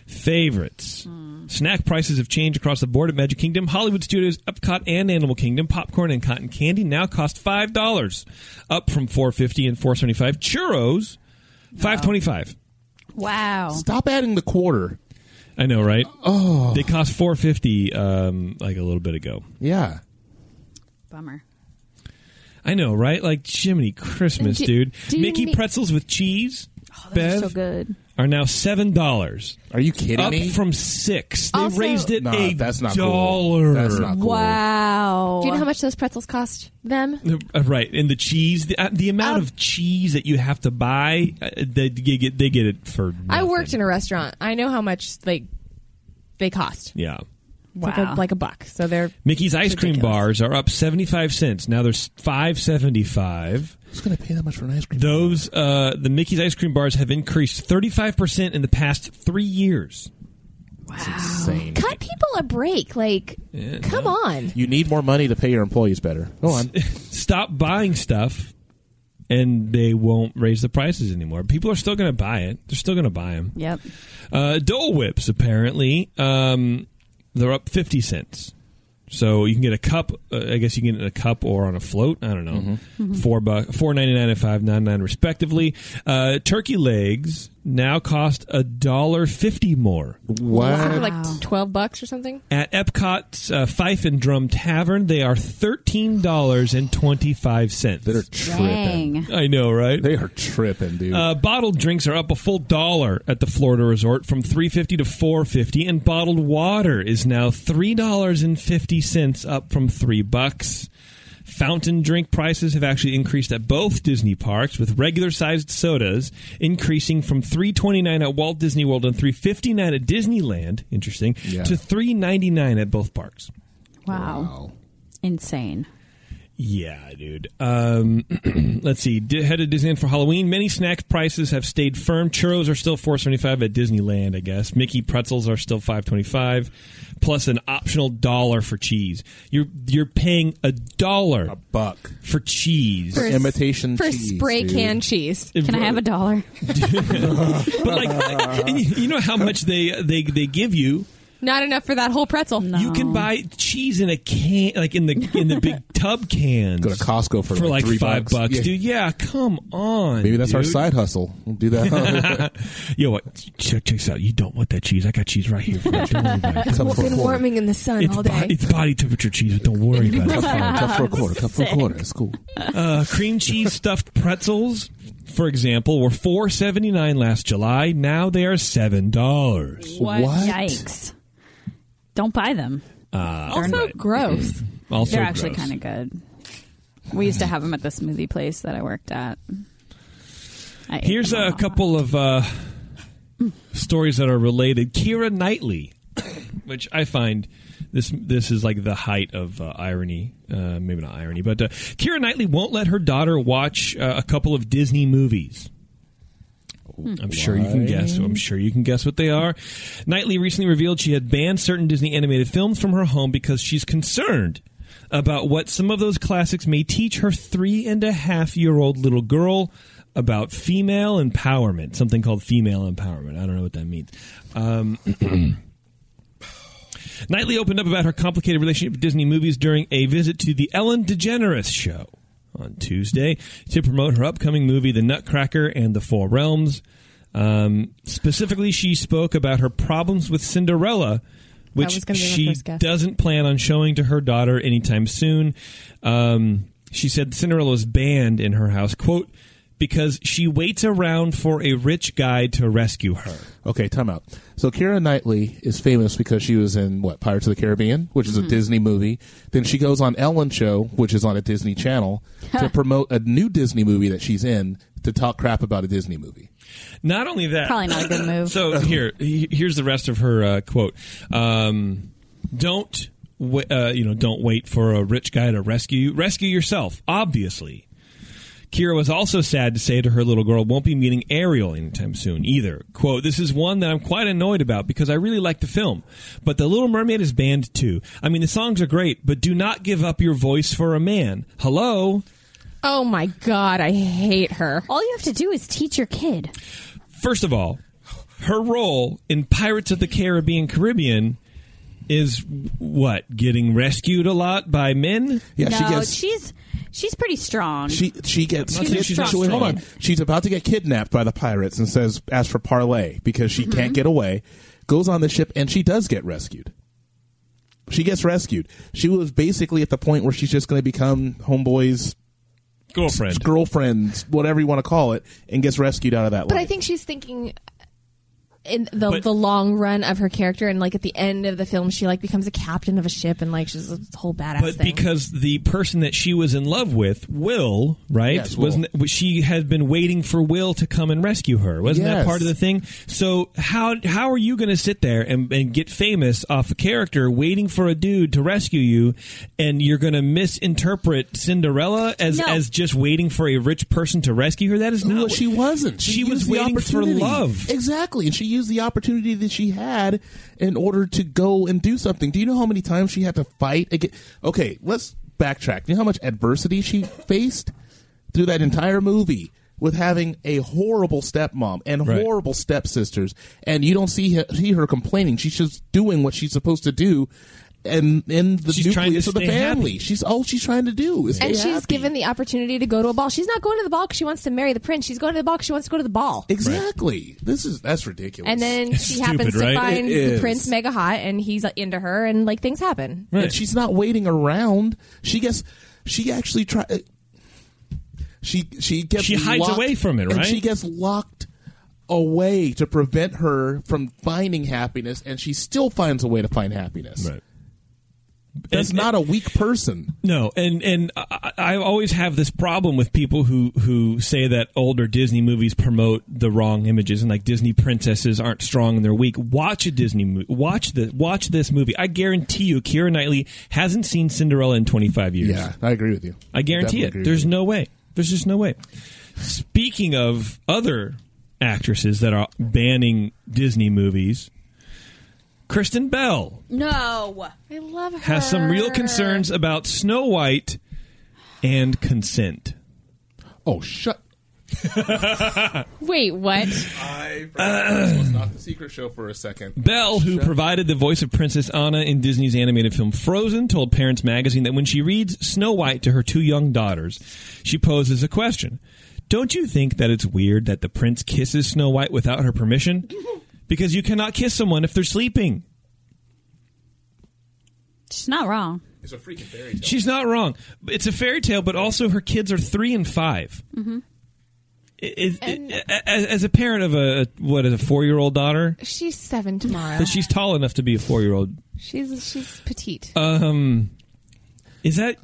Speaker 2: favorites. Snack prices have changed across the board at Magic Kingdom, Hollywood Studios, Epcot, and Animal Kingdom. Popcorn and cotton candy now cost five dollars, up from four fifty and four seventy five. Churros, five twenty five.
Speaker 3: Wow.
Speaker 4: Stop adding the quarter.
Speaker 2: I know, right? Oh, they cost four fifty um, like a little bit ago.
Speaker 4: Yeah.
Speaker 3: Bummer.
Speaker 2: I know, right? Like Jiminy Christmas,
Speaker 5: Do-
Speaker 2: dude.
Speaker 5: do you
Speaker 2: Mickey
Speaker 5: need-
Speaker 2: pretzels with cheese.
Speaker 3: Oh,
Speaker 2: Bev,
Speaker 3: those are so good.
Speaker 2: are now seven dollars,
Speaker 4: Are you kidding
Speaker 2: up
Speaker 4: me?
Speaker 2: from six. They
Speaker 5: Also-
Speaker 2: raised it
Speaker 4: Nah,
Speaker 2: a
Speaker 4: that's not
Speaker 2: dollar.
Speaker 4: cool. That's not cool.
Speaker 3: Wow.
Speaker 5: Do you know how much those pretzels cost? Them?
Speaker 2: Uh, Right, and the cheese, the, uh, the amount
Speaker 5: Um,
Speaker 2: of cheese that you have to buy, uh, they, they get they get it for. Nothing.
Speaker 5: I worked in a restaurant. I know how much like they cost.
Speaker 2: yeah.
Speaker 5: It's like, a, like a buck. So they're
Speaker 2: Mickey's ice cream
Speaker 5: Ridiculous.
Speaker 2: bars are up seventy five cents now. There's five seventy five.
Speaker 4: Who's going to pay that much for an ice cream?
Speaker 2: Those uh, the Mickey's ice cream bars have increased thirty five percent in the past three years.
Speaker 4: Insane.
Speaker 5: cut people a break. Like, come on.
Speaker 4: You need more money to pay your employees better. Go on.
Speaker 2: Stop buying stuff, and they won't raise the prices anymore. People are still going to buy it. They're still going to buy them.
Speaker 3: Yep.
Speaker 2: Uh, Dole Whips apparently um, they're up fifty cents. So you can get a cup. Uh, I guess you can get it in a cup or on a float. I don't know. Four buck, four ninety nine and five ninety nine respectively. Uh, turkey legs now cost a dollar fifty more.
Speaker 5: For
Speaker 4: What?
Speaker 5: like 12 bucks or something?
Speaker 2: At Epcot's uh, Fife and Drum Tavern, they are thirteen dollars and twenty five cents.
Speaker 4: They're tripping.
Speaker 3: Dang.
Speaker 2: I know, right?
Speaker 4: They are tripping, dude.
Speaker 2: Uh, bottled drinks are up a full dollar at the Florida resort from three fifty to four fifty, and bottled water is now three dollars and fifty cents, up from three bucks. Fountain drink prices have actually increased at both Disney parks, with regular sized sodas increasing from three twenty nine at Walt Disney World and three fifty nine at Disneyland. Interesting
Speaker 4: Yeah.
Speaker 2: to three ninety nine at both parks.
Speaker 3: Wow. Insane.
Speaker 2: Yeah, dude. Um, <clears throat> let's see. D- head to Disneyland for Halloween. Many snack prices have stayed firm. Churros are still four seventy five at Disneyland, I guess. Mickey pretzels are still five twenty five, plus an optional dollar for cheese. You're you're paying a dollar
Speaker 4: A buck.
Speaker 2: for cheese.
Speaker 5: For-
Speaker 4: Imitation
Speaker 5: For
Speaker 4: cheese,
Speaker 5: spray
Speaker 4: dude.
Speaker 5: can cheese.
Speaker 3: Can I have a dollar?
Speaker 2: but like, and you you know how much they they they give you.
Speaker 5: Not enough for that whole pretzel.
Speaker 2: You can buy cheese in a can, like in the in the big tub cans.
Speaker 4: Go to Costco for,
Speaker 2: for
Speaker 4: like,
Speaker 2: like
Speaker 4: three
Speaker 2: five
Speaker 4: bucks. Yeah.
Speaker 2: dude. Yeah, come on.
Speaker 4: Maybe that's our
Speaker 2: dude.
Speaker 4: side hustle. We'll
Speaker 2: <laughs>
Speaker 4: do that.
Speaker 2: Yo, what? Check, check this out. You don't want that cheese. I got cheese right here. For you. Don't worry about
Speaker 3: <laughs>
Speaker 2: it.
Speaker 4: Tough for a quarter.
Speaker 5: in the sun
Speaker 2: It's, bo- it's body temperature cheese. Don't worry about
Speaker 3: <laughs>
Speaker 2: it.
Speaker 4: Tough for a quarter. Tough for a quarter. It's cool.
Speaker 2: Uh, cream cheese stuffed pretzels, for example, were four seventy nine last July. Now they are seven dollars.
Speaker 4: What? Uh,
Speaker 3: Yikes. Don't buy them.
Speaker 5: Also gross.
Speaker 2: Also,
Speaker 3: They're actually
Speaker 2: gross.
Speaker 3: kind of good. We used to have them at the smoothie place that I worked at. I ate
Speaker 2: Here's
Speaker 3: them
Speaker 2: a
Speaker 3: lot.
Speaker 2: couple of uh, stories that are related. Kira Knightley, <coughs> which I find this this is like the height of uh, irony, uh, maybe not irony, but uh, Kira Knightley won't let her daughter watch uh, a couple of Disney movies. I'm sure you can guess. I'm sure you can guess what they are. Knightley recently revealed she had banned certain Disney animated films from her home because she's concerned about what some of those classics may teach her three and a half year old little girl about female empowerment, something called female empowerment. I don't know what that means. Um, Knightley opened up about her complicated relationship with Disney movies during a visit to the Ellen DeGeneres show on Tuesday to promote her upcoming movie, The Nutcracker and the Four Realms. Um, specifically, she spoke about her problems with Cinderella,
Speaker 5: was
Speaker 2: which
Speaker 5: gonna be my
Speaker 2: she
Speaker 5: first guess.
Speaker 2: doesn't plan on showing to her daughter anytime soon. Um, she said Cinderella was banned in her house, quote, because she waits around for a rich guy to rescue her.
Speaker 4: Okay, time out. So Kira Knightley is famous because she was in what Pirates of the Caribbean, which is
Speaker 3: Mm-hmm.
Speaker 4: a Disney movie. Then she goes on Ellen Show, which is on a Disney Channel, to promote a new Disney movie that she's in to talk crap about a Disney movie.
Speaker 2: Not only that,
Speaker 3: Probably not a good move.
Speaker 2: So here, he- here's the rest of her uh, quote. Um, don't wa uh, you know? Don't wait for a rich guy to rescue you. Rescue yourself, obviously. Kira was also sad to say to her little girl won't be meeting Ariel anytime soon either. Quote, this is one that I'm quite annoyed about because I really like the film. But The Little Mermaid is banned too. I mean, the songs are great, but do not give up your voice for a man. Hello?
Speaker 5: Oh my god, I hate her.
Speaker 3: All you have to do is teach your kid.
Speaker 2: First of all, her role in Pirates of the Caribbean Caribbean is what? Getting rescued a lot by men?
Speaker 4: Yeah,
Speaker 3: no,
Speaker 4: she gets
Speaker 3: she's she's pretty strong.
Speaker 4: she she gets
Speaker 2: I'm not saying she's not
Speaker 4: she- wait, hold
Speaker 2: strong.
Speaker 4: on. She's about to get kidnapped by the pirates and says ask for parlay because she can't get away. Goes on the ship and she does get rescued. She gets rescued. She was basically at the point where she's just going to become homeboy's
Speaker 2: Girlfriend.
Speaker 4: girlfriend, whatever you want to call it, and gets rescued out of that.
Speaker 5: But
Speaker 4: life.
Speaker 5: I think she's thinking in the
Speaker 2: But-
Speaker 5: the long run of her character, and like at the end of the film, she like becomes a captain of a ship, and like she's a whole badass
Speaker 2: But
Speaker 5: thing.
Speaker 2: because the person that she was in love with, Will, right?
Speaker 4: Yes, Will.
Speaker 2: wasn't it- she had been waiting for Will to come and rescue her? Wasn't that
Speaker 4: Yes.
Speaker 2: part of the thing? So how how are you going to sit there and, and get famous off a character waiting for a dude to rescue you, and you're going to misinterpret Cinderella as
Speaker 3: No.
Speaker 2: as just waiting for a rich person to rescue her? That is not.
Speaker 4: No,
Speaker 2: what-
Speaker 4: she wasn't. She,
Speaker 2: She was
Speaker 4: used the
Speaker 2: waiting for
Speaker 4: opportunity.
Speaker 2: love.
Speaker 4: Exactly. And she used the opportunity that she had in order to go and do something. Do you know how many times she had to fight again? Okay, let's backtrack. Do you know how much adversity she faced through that entire movie? With having a horrible stepmom and
Speaker 2: Right.
Speaker 4: horrible stepsisters, and you don't see her, see her complaining. She's just doing what she's supposed to do, and in the
Speaker 2: She's trying
Speaker 4: nucleus
Speaker 2: to
Speaker 4: of the
Speaker 2: stay happy.
Speaker 4: family, she's all she's trying to do is
Speaker 5: and
Speaker 4: stay
Speaker 5: she's
Speaker 4: happy.
Speaker 5: given the opportunity to go to a ball. She's not going to the ball because she wants to marry the prince. She's going to the ball because she wants to go to the ball.
Speaker 4: exactly. This is that's ridiculous.
Speaker 5: And then
Speaker 2: It's
Speaker 5: she
Speaker 2: stupid,
Speaker 5: happens to
Speaker 2: right?
Speaker 5: find
Speaker 4: It
Speaker 5: the
Speaker 4: is.
Speaker 5: prince mega hot, and he's like, into her, and like things happen.
Speaker 2: Right.
Speaker 4: and she's not waiting around. She gets. She actually try. uh, She she gets.
Speaker 2: She hides
Speaker 4: locked-
Speaker 2: away from it,
Speaker 4: and
Speaker 2: right?
Speaker 4: she gets locked away to prevent her from finding happiness, and she still finds a way to find happiness.
Speaker 2: Right.
Speaker 4: That's
Speaker 2: And-
Speaker 4: not a weak person.
Speaker 2: No, and and I, I always have this problem with people who who say that older Disney movies promote the wrong images and like Disney princesses aren't strong and they're weak. Watch a Disney movie. Watch the watch this movie. I guarantee you, Keira Knightley hasn't seen Cinderella in twenty five years.
Speaker 4: Yeah, I agree with you.
Speaker 2: I guarantee
Speaker 4: Definitely
Speaker 2: it.
Speaker 4: agree
Speaker 2: There's
Speaker 4: with
Speaker 2: no way. There's just no way. Speaking of other actresses that are banning Disney movies, Kristen Bell
Speaker 3: no.
Speaker 5: I love her.
Speaker 2: has some real concerns about Snow White and consent.
Speaker 4: you. Oh shut.
Speaker 5: Wait, what?
Speaker 4: I forgot this was not the secret show for a second.
Speaker 2: Bell, who provided the voice of Princess Anna in Disney's animated film Frozen, told Parents Magazine that when she reads Snow White to her two young daughters, she poses a question. Don't you think that it's weird that the prince kisses Snow White without her permission? Because you cannot kiss someone if they're sleeping.
Speaker 3: She's not wrong.
Speaker 4: It's a freaking fairy tale.
Speaker 2: She's not wrong. It's a fairy tale, but also her kids are three and 5 Mm-hmm. as, as a parent of a what is a four year old daughter,
Speaker 5: She's seven tomorrow.
Speaker 2: but she's tall enough to be a four year old
Speaker 5: She's she's petite.
Speaker 2: Is that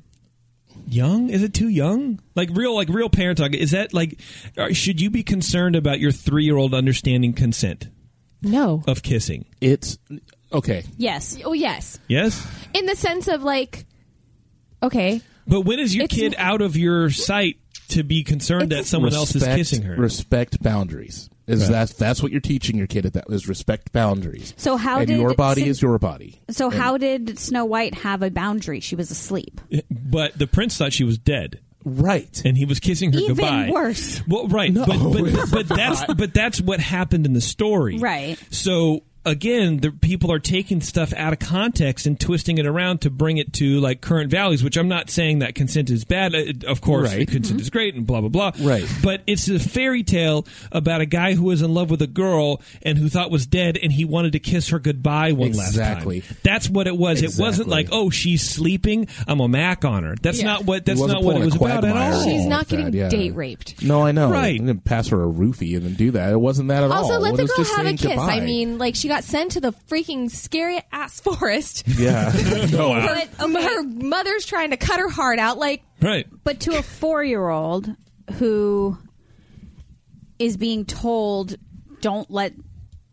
Speaker 2: young? Is it too young? Like real, like real parent talk. Is that like? are- Should you be concerned about your three-year-old understanding consent
Speaker 5: no.
Speaker 2: of kissing?
Speaker 4: It's okay.
Speaker 3: Yes.
Speaker 5: Oh yes,
Speaker 2: Yes,
Speaker 5: in the sense of like, okay,
Speaker 2: but when is your
Speaker 5: It's
Speaker 2: kid
Speaker 5: not-
Speaker 2: out of your sight to be concerned that
Speaker 5: It's-
Speaker 2: someone else is
Speaker 4: Respect-
Speaker 2: kissing her?
Speaker 4: Respect boundaries. Is
Speaker 2: Right.
Speaker 4: that's that's what you're teaching your kid at that is respect boundaries.
Speaker 3: So how
Speaker 4: and
Speaker 3: did
Speaker 4: your body
Speaker 3: Cin-
Speaker 4: is your body.
Speaker 3: So how did Snow White have a boundary? She was asleep.
Speaker 2: but the prince thought she was dead.
Speaker 4: Right.
Speaker 2: and he was kissing her
Speaker 3: Even
Speaker 2: goodbye.
Speaker 3: worse.
Speaker 2: Well, right,
Speaker 4: No, <laughs>
Speaker 2: but, but,
Speaker 4: it's
Speaker 2: but that's but that's what happened in the story,
Speaker 3: Right.
Speaker 2: So again, the people are taking stuff out of context and twisting it around to bring it to like current values. Which I'm not saying that consent is bad. Uh, Of course,
Speaker 4: Right.
Speaker 2: consent
Speaker 3: Mm-hmm.
Speaker 2: is great and blah blah blah.
Speaker 4: Right.
Speaker 2: But it's a fairy tale about a guy who was in love with a girl and who thought was dead, and he wanted to kiss her goodbye one
Speaker 4: Exactly.
Speaker 2: last time. That's what it was. It wasn't
Speaker 4: Exactly.
Speaker 2: like, oh, she's sleeping. I'm a mac on her. That's
Speaker 5: Yeah.
Speaker 2: not what. That's
Speaker 4: wasn't
Speaker 2: not what
Speaker 4: pulling
Speaker 2: it
Speaker 4: a
Speaker 2: was about at
Speaker 4: quagmire or
Speaker 2: all.
Speaker 5: She's
Speaker 2: <laughs>
Speaker 4: anything
Speaker 5: not
Speaker 4: like
Speaker 5: getting
Speaker 4: that, yeah.
Speaker 5: date raped.
Speaker 4: No, I know.
Speaker 2: Right.
Speaker 4: I didn't pass her a roofie and then do that. It wasn't that at all.
Speaker 5: Also, let
Speaker 4: It
Speaker 5: the
Speaker 4: was
Speaker 5: girl
Speaker 4: Oh, just
Speaker 5: have a
Speaker 4: saying
Speaker 5: kiss. I
Speaker 4: goodbye.
Speaker 5: mean, like she got sent to the freaking scary ass forest.
Speaker 4: yeah. no, I-
Speaker 5: But her mother's trying to cut her heart out. Like,
Speaker 2: <laughs> Right.
Speaker 3: But to a four year old who is being told, don't let,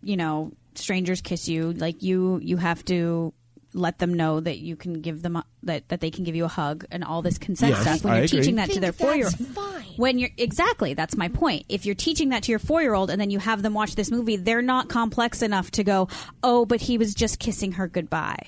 Speaker 3: you know, strangers kiss you, like you, you have to let them know that you can give them a, that that they can give you a hug and all this consent
Speaker 4: Yes,
Speaker 3: stuff when
Speaker 4: I
Speaker 3: you're
Speaker 4: agree.
Speaker 3: teaching that to
Speaker 5: Think
Speaker 3: their
Speaker 5: that's
Speaker 3: four year old
Speaker 5: fine.
Speaker 3: when you're exactly that's my point if you're teaching that to your four year old and then you have them watch this movie they're not complex enough to go oh but he was just kissing her goodbye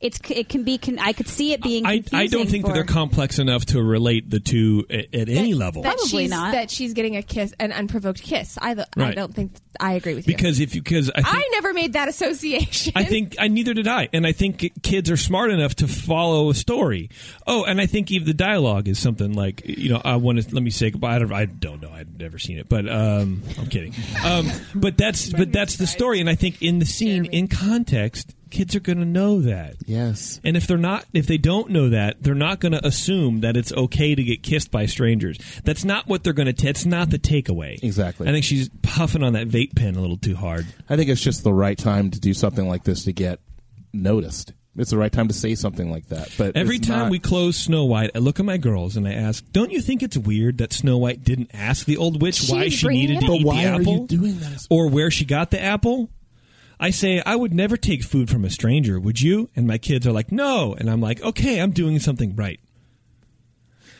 Speaker 3: it's it can be can, i could see it being
Speaker 2: I, I don't
Speaker 3: confusing
Speaker 2: think
Speaker 3: for-
Speaker 2: that they're complex enough to relate the two at, at any level.
Speaker 5: that
Speaker 3: Probably
Speaker 5: she's,
Speaker 3: not.
Speaker 5: That she's getting a kiss, an unprovoked kiss. I, th- I
Speaker 2: Right.
Speaker 5: don't think I agree with you.
Speaker 2: because if you because I think,
Speaker 5: I never made that association.
Speaker 2: I think I neither did I, and I think kids are smart enough to follow a story. Oh, and I think even the dialogue is something like you know I want to let me say goodbye. I don't, I don't know. I've never seen it, but um, I'm kidding. Um, but that's but that's the story, and I think in the scene in context, kids are going to know that.
Speaker 4: yes.
Speaker 2: And if they're not, if they don't know that, they're not going to assume that it's okay to get kissed by strangers. That's not what they're going to. That's not the takeaway.
Speaker 4: Exactly.
Speaker 2: I think she's puffing on that vape pen a little too hard.
Speaker 4: I think it's just the right time to do something like this to get noticed. It's the right time to say something like that. But
Speaker 2: Every
Speaker 4: it's
Speaker 2: time
Speaker 4: not-
Speaker 2: we close Snow White, I look at my girls and I ask, "Don't you think it's weird that Snow White didn't ask the old witch why
Speaker 5: She's
Speaker 2: she
Speaker 5: bringing
Speaker 2: needed to
Speaker 5: it up.
Speaker 4: But
Speaker 2: eat
Speaker 4: why
Speaker 2: the
Speaker 4: are you
Speaker 2: apple
Speaker 4: doing that?
Speaker 2: or where she got the apple?" I say, "I would never take food from a stranger, would you?" And my kids are like, "No," and I'm like, "Okay, I'm doing something right."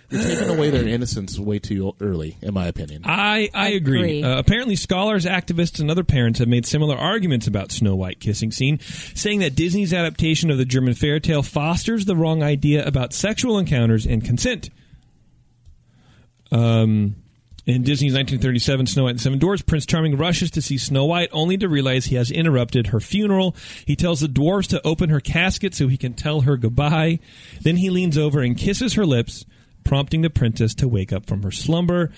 Speaker 4: you're taking away their innocence way too early, in my opinion.
Speaker 2: I, I agree.
Speaker 3: Agree.
Speaker 2: Uh, apparently, scholars, activists, and other parents have made similar arguments about Snow White kissing scene, saying that Disney's adaptation of the German fairy tale fosters the wrong idea about sexual encounters and consent. Um, in Disney's 1937 Snow White and the Seven Dwarfs, Prince Charming rushes to see Snow White, only to realize he has interrupted her funeral. He tells the dwarves to open her casket so he can tell her goodbye. Then he leans over and kisses her lips, prompting the princess to wake up from her slumber.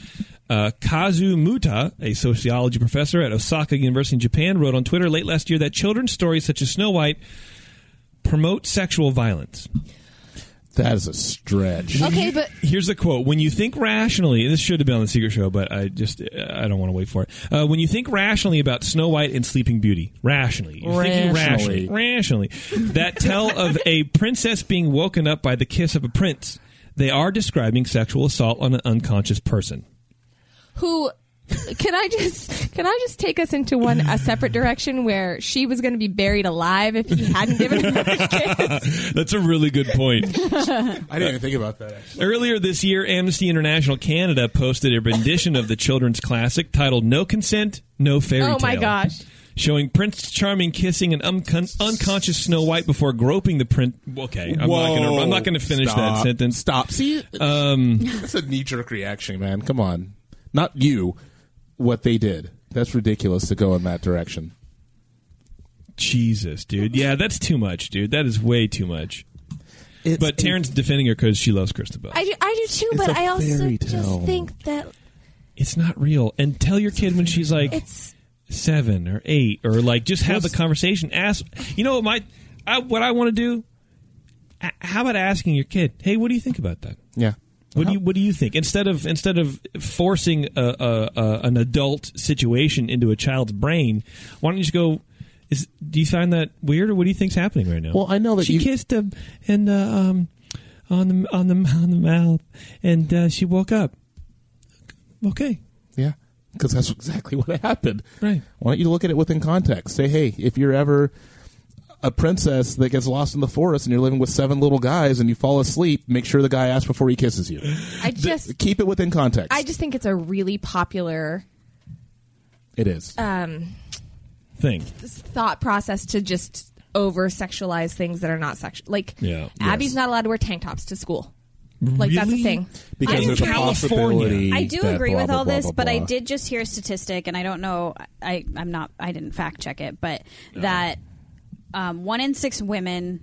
Speaker 2: Uh, Kazu Muta, a sociology professor at Osaka University in Japan, wrote on Twitter late last year that children's stories such as Snow White promote sexual violence.
Speaker 4: that is a stretch.
Speaker 5: Okay, but
Speaker 2: Here's a quote. When you think rationally, this should have been on the secret show, but I just I don't want to wait for it. Uh, when you think rationally about Snow White and Sleeping Beauty, rationally, you're thinking rationally, rationally, that tell of a princess being woken up by the kiss of a prince. They are describing sexual assault on an unconscious person.
Speaker 5: who can I just can I just take us into one a separate direction where she was going to be buried alive if he hadn't given her a kiss?
Speaker 2: That's a really good point.
Speaker 4: I didn't even think about that.
Speaker 2: <laughs>
Speaker 4: Actually.
Speaker 2: Earlier this year, Amnesty International Canada posted a rendition of the children's classic titled "No Consent, No Fairy Tale."
Speaker 5: <laughs> Oh my gosh.
Speaker 2: Showing Prince Charming kissing an uncon- unconscious Snow White before groping the prince. Okay, I'm not gonna. I'm not gonna finish that sentence. Um,
Speaker 4: Stop. See, that's a knee jerk reaction, man. Come on, not you. What they did. That's ridiculous to go in that direction.
Speaker 2: Jesus, dude. Yeah, that's too much, dude. That is way too much.
Speaker 4: It's
Speaker 2: But Taryn's defending her because she loves Christabel.
Speaker 5: I do, I do too,
Speaker 4: It's
Speaker 5: but
Speaker 4: a
Speaker 5: I also
Speaker 4: fairy
Speaker 5: just
Speaker 4: tale.
Speaker 5: think that
Speaker 2: it's not real. And tell your kid when she's like
Speaker 5: it's
Speaker 2: seven or eight, or like just have the conversation. Ask. You know what my, I, what I want to do. A- How about asking your kid? Hey, what do you think about that?
Speaker 4: yeah.
Speaker 2: What do you What do you think? Instead of instead of forcing a, a, a an adult situation into a child's brain, why don't you just go? Is do you find that weird, or what do you think's happening right now?
Speaker 4: Well, I know that
Speaker 2: she
Speaker 4: you-
Speaker 2: kissed him and uh, um on the on the on the mouth, and uh, she woke up. Okay,
Speaker 4: Yeah, because that's exactly what happened.
Speaker 2: Right.
Speaker 4: Why don't you look at it within context? Say, hey, if you're ever a princess that gets lost in the forest and you're living with seven little guys and you fall asleep, make sure the guy asks before he kisses you.
Speaker 5: I just
Speaker 4: Keep it within context.
Speaker 5: I just think it's a really popular
Speaker 4: it is.
Speaker 3: uh,
Speaker 5: um,
Speaker 2: thing.
Speaker 5: thought process to just over sexualize things that are not sexual. Like
Speaker 2: Yeah.
Speaker 5: Abby's
Speaker 4: Yes.
Speaker 5: not allowed to wear tank tops to school. Like that's a
Speaker 2: Really?
Speaker 5: thing.
Speaker 3: I
Speaker 6: because
Speaker 3: do
Speaker 6: there's a
Speaker 2: agree.
Speaker 6: possibility.
Speaker 3: I do
Speaker 6: that
Speaker 3: agree
Speaker 6: blah,
Speaker 3: with
Speaker 6: blah,
Speaker 3: all
Speaker 6: blah,
Speaker 3: this,
Speaker 6: blah,
Speaker 3: but I
Speaker 6: blah.
Speaker 3: did just hear a statistic, and I don't know. I I'm not. I didn't fact check it, but that um, one in six women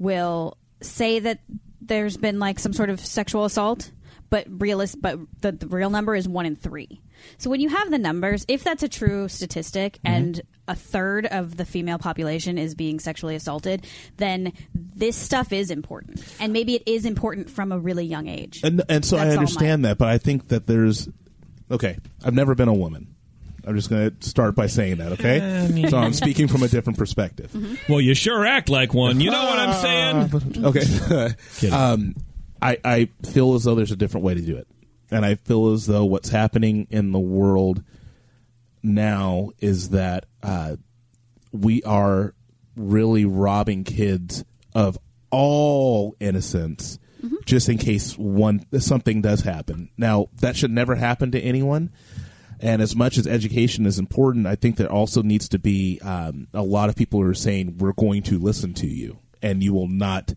Speaker 3: will say that there's been like some sort of sexual assault, but realist, but the, the real number is one in three. So when you have the numbers, if that's a true statistic,
Speaker 6: Mm-hmm.
Speaker 3: and a third of the female population is being sexually assaulted, then this stuff is important, and maybe it is important from a really young age.
Speaker 4: And and so
Speaker 3: That's
Speaker 4: I
Speaker 3: all
Speaker 4: understand that, but I think that there's okay. I've never been a woman. I'm just going to start by saying that, okay? so I'm speaking from a different perspective.
Speaker 3: Mm-hmm.
Speaker 2: Well, you sure act like one. You know what I'm
Speaker 4: Uh,
Speaker 2: <laughs> saying?
Speaker 4: but- okay. um, I, I feel as though there's a different way to do it. And I feel as though what's happening in the world now is that uh, we are really robbing kids of all innocence just in case one something does happen. Now, that should never happen to anyone. And as much as education is important, I think there also needs to be um, a lot of people who are saying we're going to listen to you, and you will not,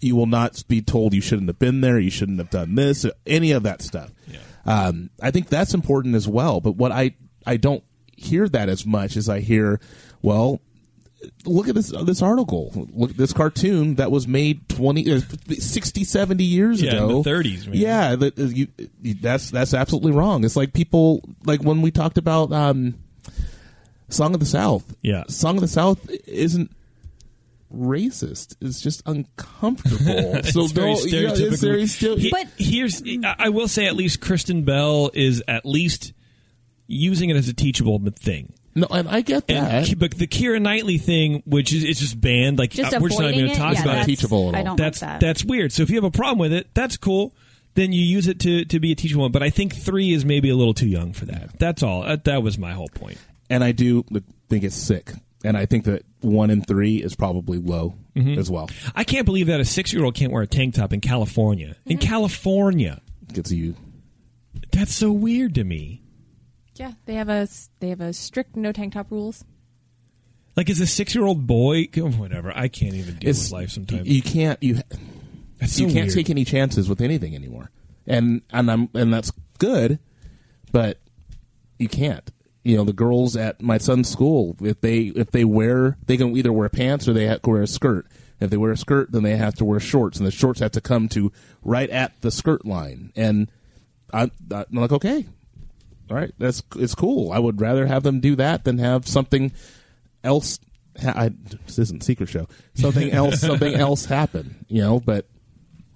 Speaker 4: you will not be told you shouldn't have been there, you shouldn't have done this, any of that stuff. Um, I think that's important as well. But what I I don't hear that as much as I hear, well, look at this uh, this article look at this cartoon that was made 20 uh, 60 70 years
Speaker 2: Yeah, in
Speaker 4: ago
Speaker 2: the 30s, man.
Speaker 4: yeah that, uh, you, you- that's that's absolutely wrong it's like people like when we talked about um song of the south
Speaker 2: Yeah.
Speaker 4: song of the south isn't racist it's just uncomfortable
Speaker 2: <laughs>
Speaker 4: so
Speaker 2: It's very
Speaker 4: don't- yeah, it's
Speaker 2: stereotypical.
Speaker 4: very stereo-
Speaker 2: He-
Speaker 3: But-
Speaker 2: here's, I- I will say, at least Kristen Bell is at least using it as a teachable thing.
Speaker 4: no and i get
Speaker 2: And
Speaker 4: that
Speaker 2: Ki- but the Kira Knightley thing, which is it's just banned. Like
Speaker 3: Just
Speaker 2: uh, we're just not even
Speaker 3: avoiding
Speaker 2: going to
Speaker 3: it?
Speaker 2: talk
Speaker 3: Yeah,
Speaker 2: about
Speaker 3: that's-
Speaker 2: it.
Speaker 4: Teachable at
Speaker 3: I
Speaker 4: all.
Speaker 3: don't
Speaker 2: That's
Speaker 3: like that.
Speaker 2: that's weird. So if you have a problem with it, that's cool. Then you use it to to be a teachable one. But I think three is maybe a little too young for that. That's all. Uh, That, that was my whole point.
Speaker 4: and i do think it's sick and i think that one in three is probably low
Speaker 2: Mm-hmm.
Speaker 4: as well
Speaker 2: I can't believe that a six year old can't wear a tank top in California. In
Speaker 3: Mm-hmm.
Speaker 2: California,
Speaker 4: gets you
Speaker 2: that's so weird to me.
Speaker 5: Yeah, they have a s- they have a strict no tank top rules.
Speaker 2: Like, is a six year old boy? oh, Whatever. I can't even deal
Speaker 4: it's
Speaker 2: with life sometimes.
Speaker 4: You can't you
Speaker 2: That's so
Speaker 4: you can't
Speaker 2: weird.
Speaker 4: take any chances with anything anymore, and and I'm and that's good, but you can't. You know the girls at my son's school, if they if they wear, they can either wear pants or they have to wear a skirt. If they wear a skirt, then they have to wear shorts, and the shorts have to come to right at the skirt line. And I'm, I'm like, okay, all right, that's it's cool. I would rather have them do that than have something else. Ha- I, this isn't secret show.
Speaker 2: <laughs>
Speaker 4: Something else, something else happen. You know, but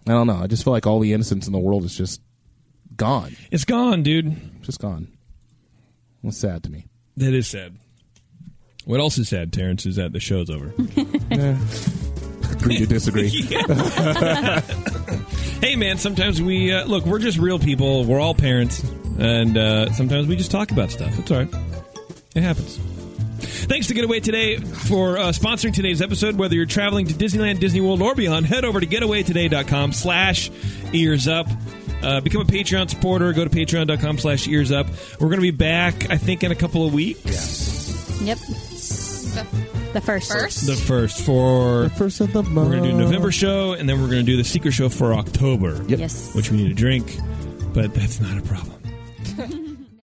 Speaker 4: I don't know. I just feel like all the innocence in the world is just gone,
Speaker 2: It's gone, dude.
Speaker 4: just gone. It's sad to me.
Speaker 2: That is sad. What else is sad, Terrence, is that the show's over.
Speaker 4: Agree to disagree.
Speaker 2: hey, man, sometimes we uh, look, we're just real people. We're all parents. And uh, sometimes we just talk about stuff. It's all right, it happens. Thanks to Getaway Today for uh, sponsoring today's episode. Whether you're traveling to Disneyland, Disney World, or beyond, head over to getawaytoday.com slash ears up. Uh, become a Patreon supporter. Go to patreon.com slash ears up. We're going to be back, I think, in a couple of weeks.
Speaker 3: Yep. The first.
Speaker 5: First?
Speaker 2: The first for
Speaker 4: First of the month.
Speaker 2: We're going to do a November show, and then we're going to do the secret show for October,
Speaker 4: Yep.
Speaker 3: Yes.
Speaker 2: which we need to drink, but that's not a problem.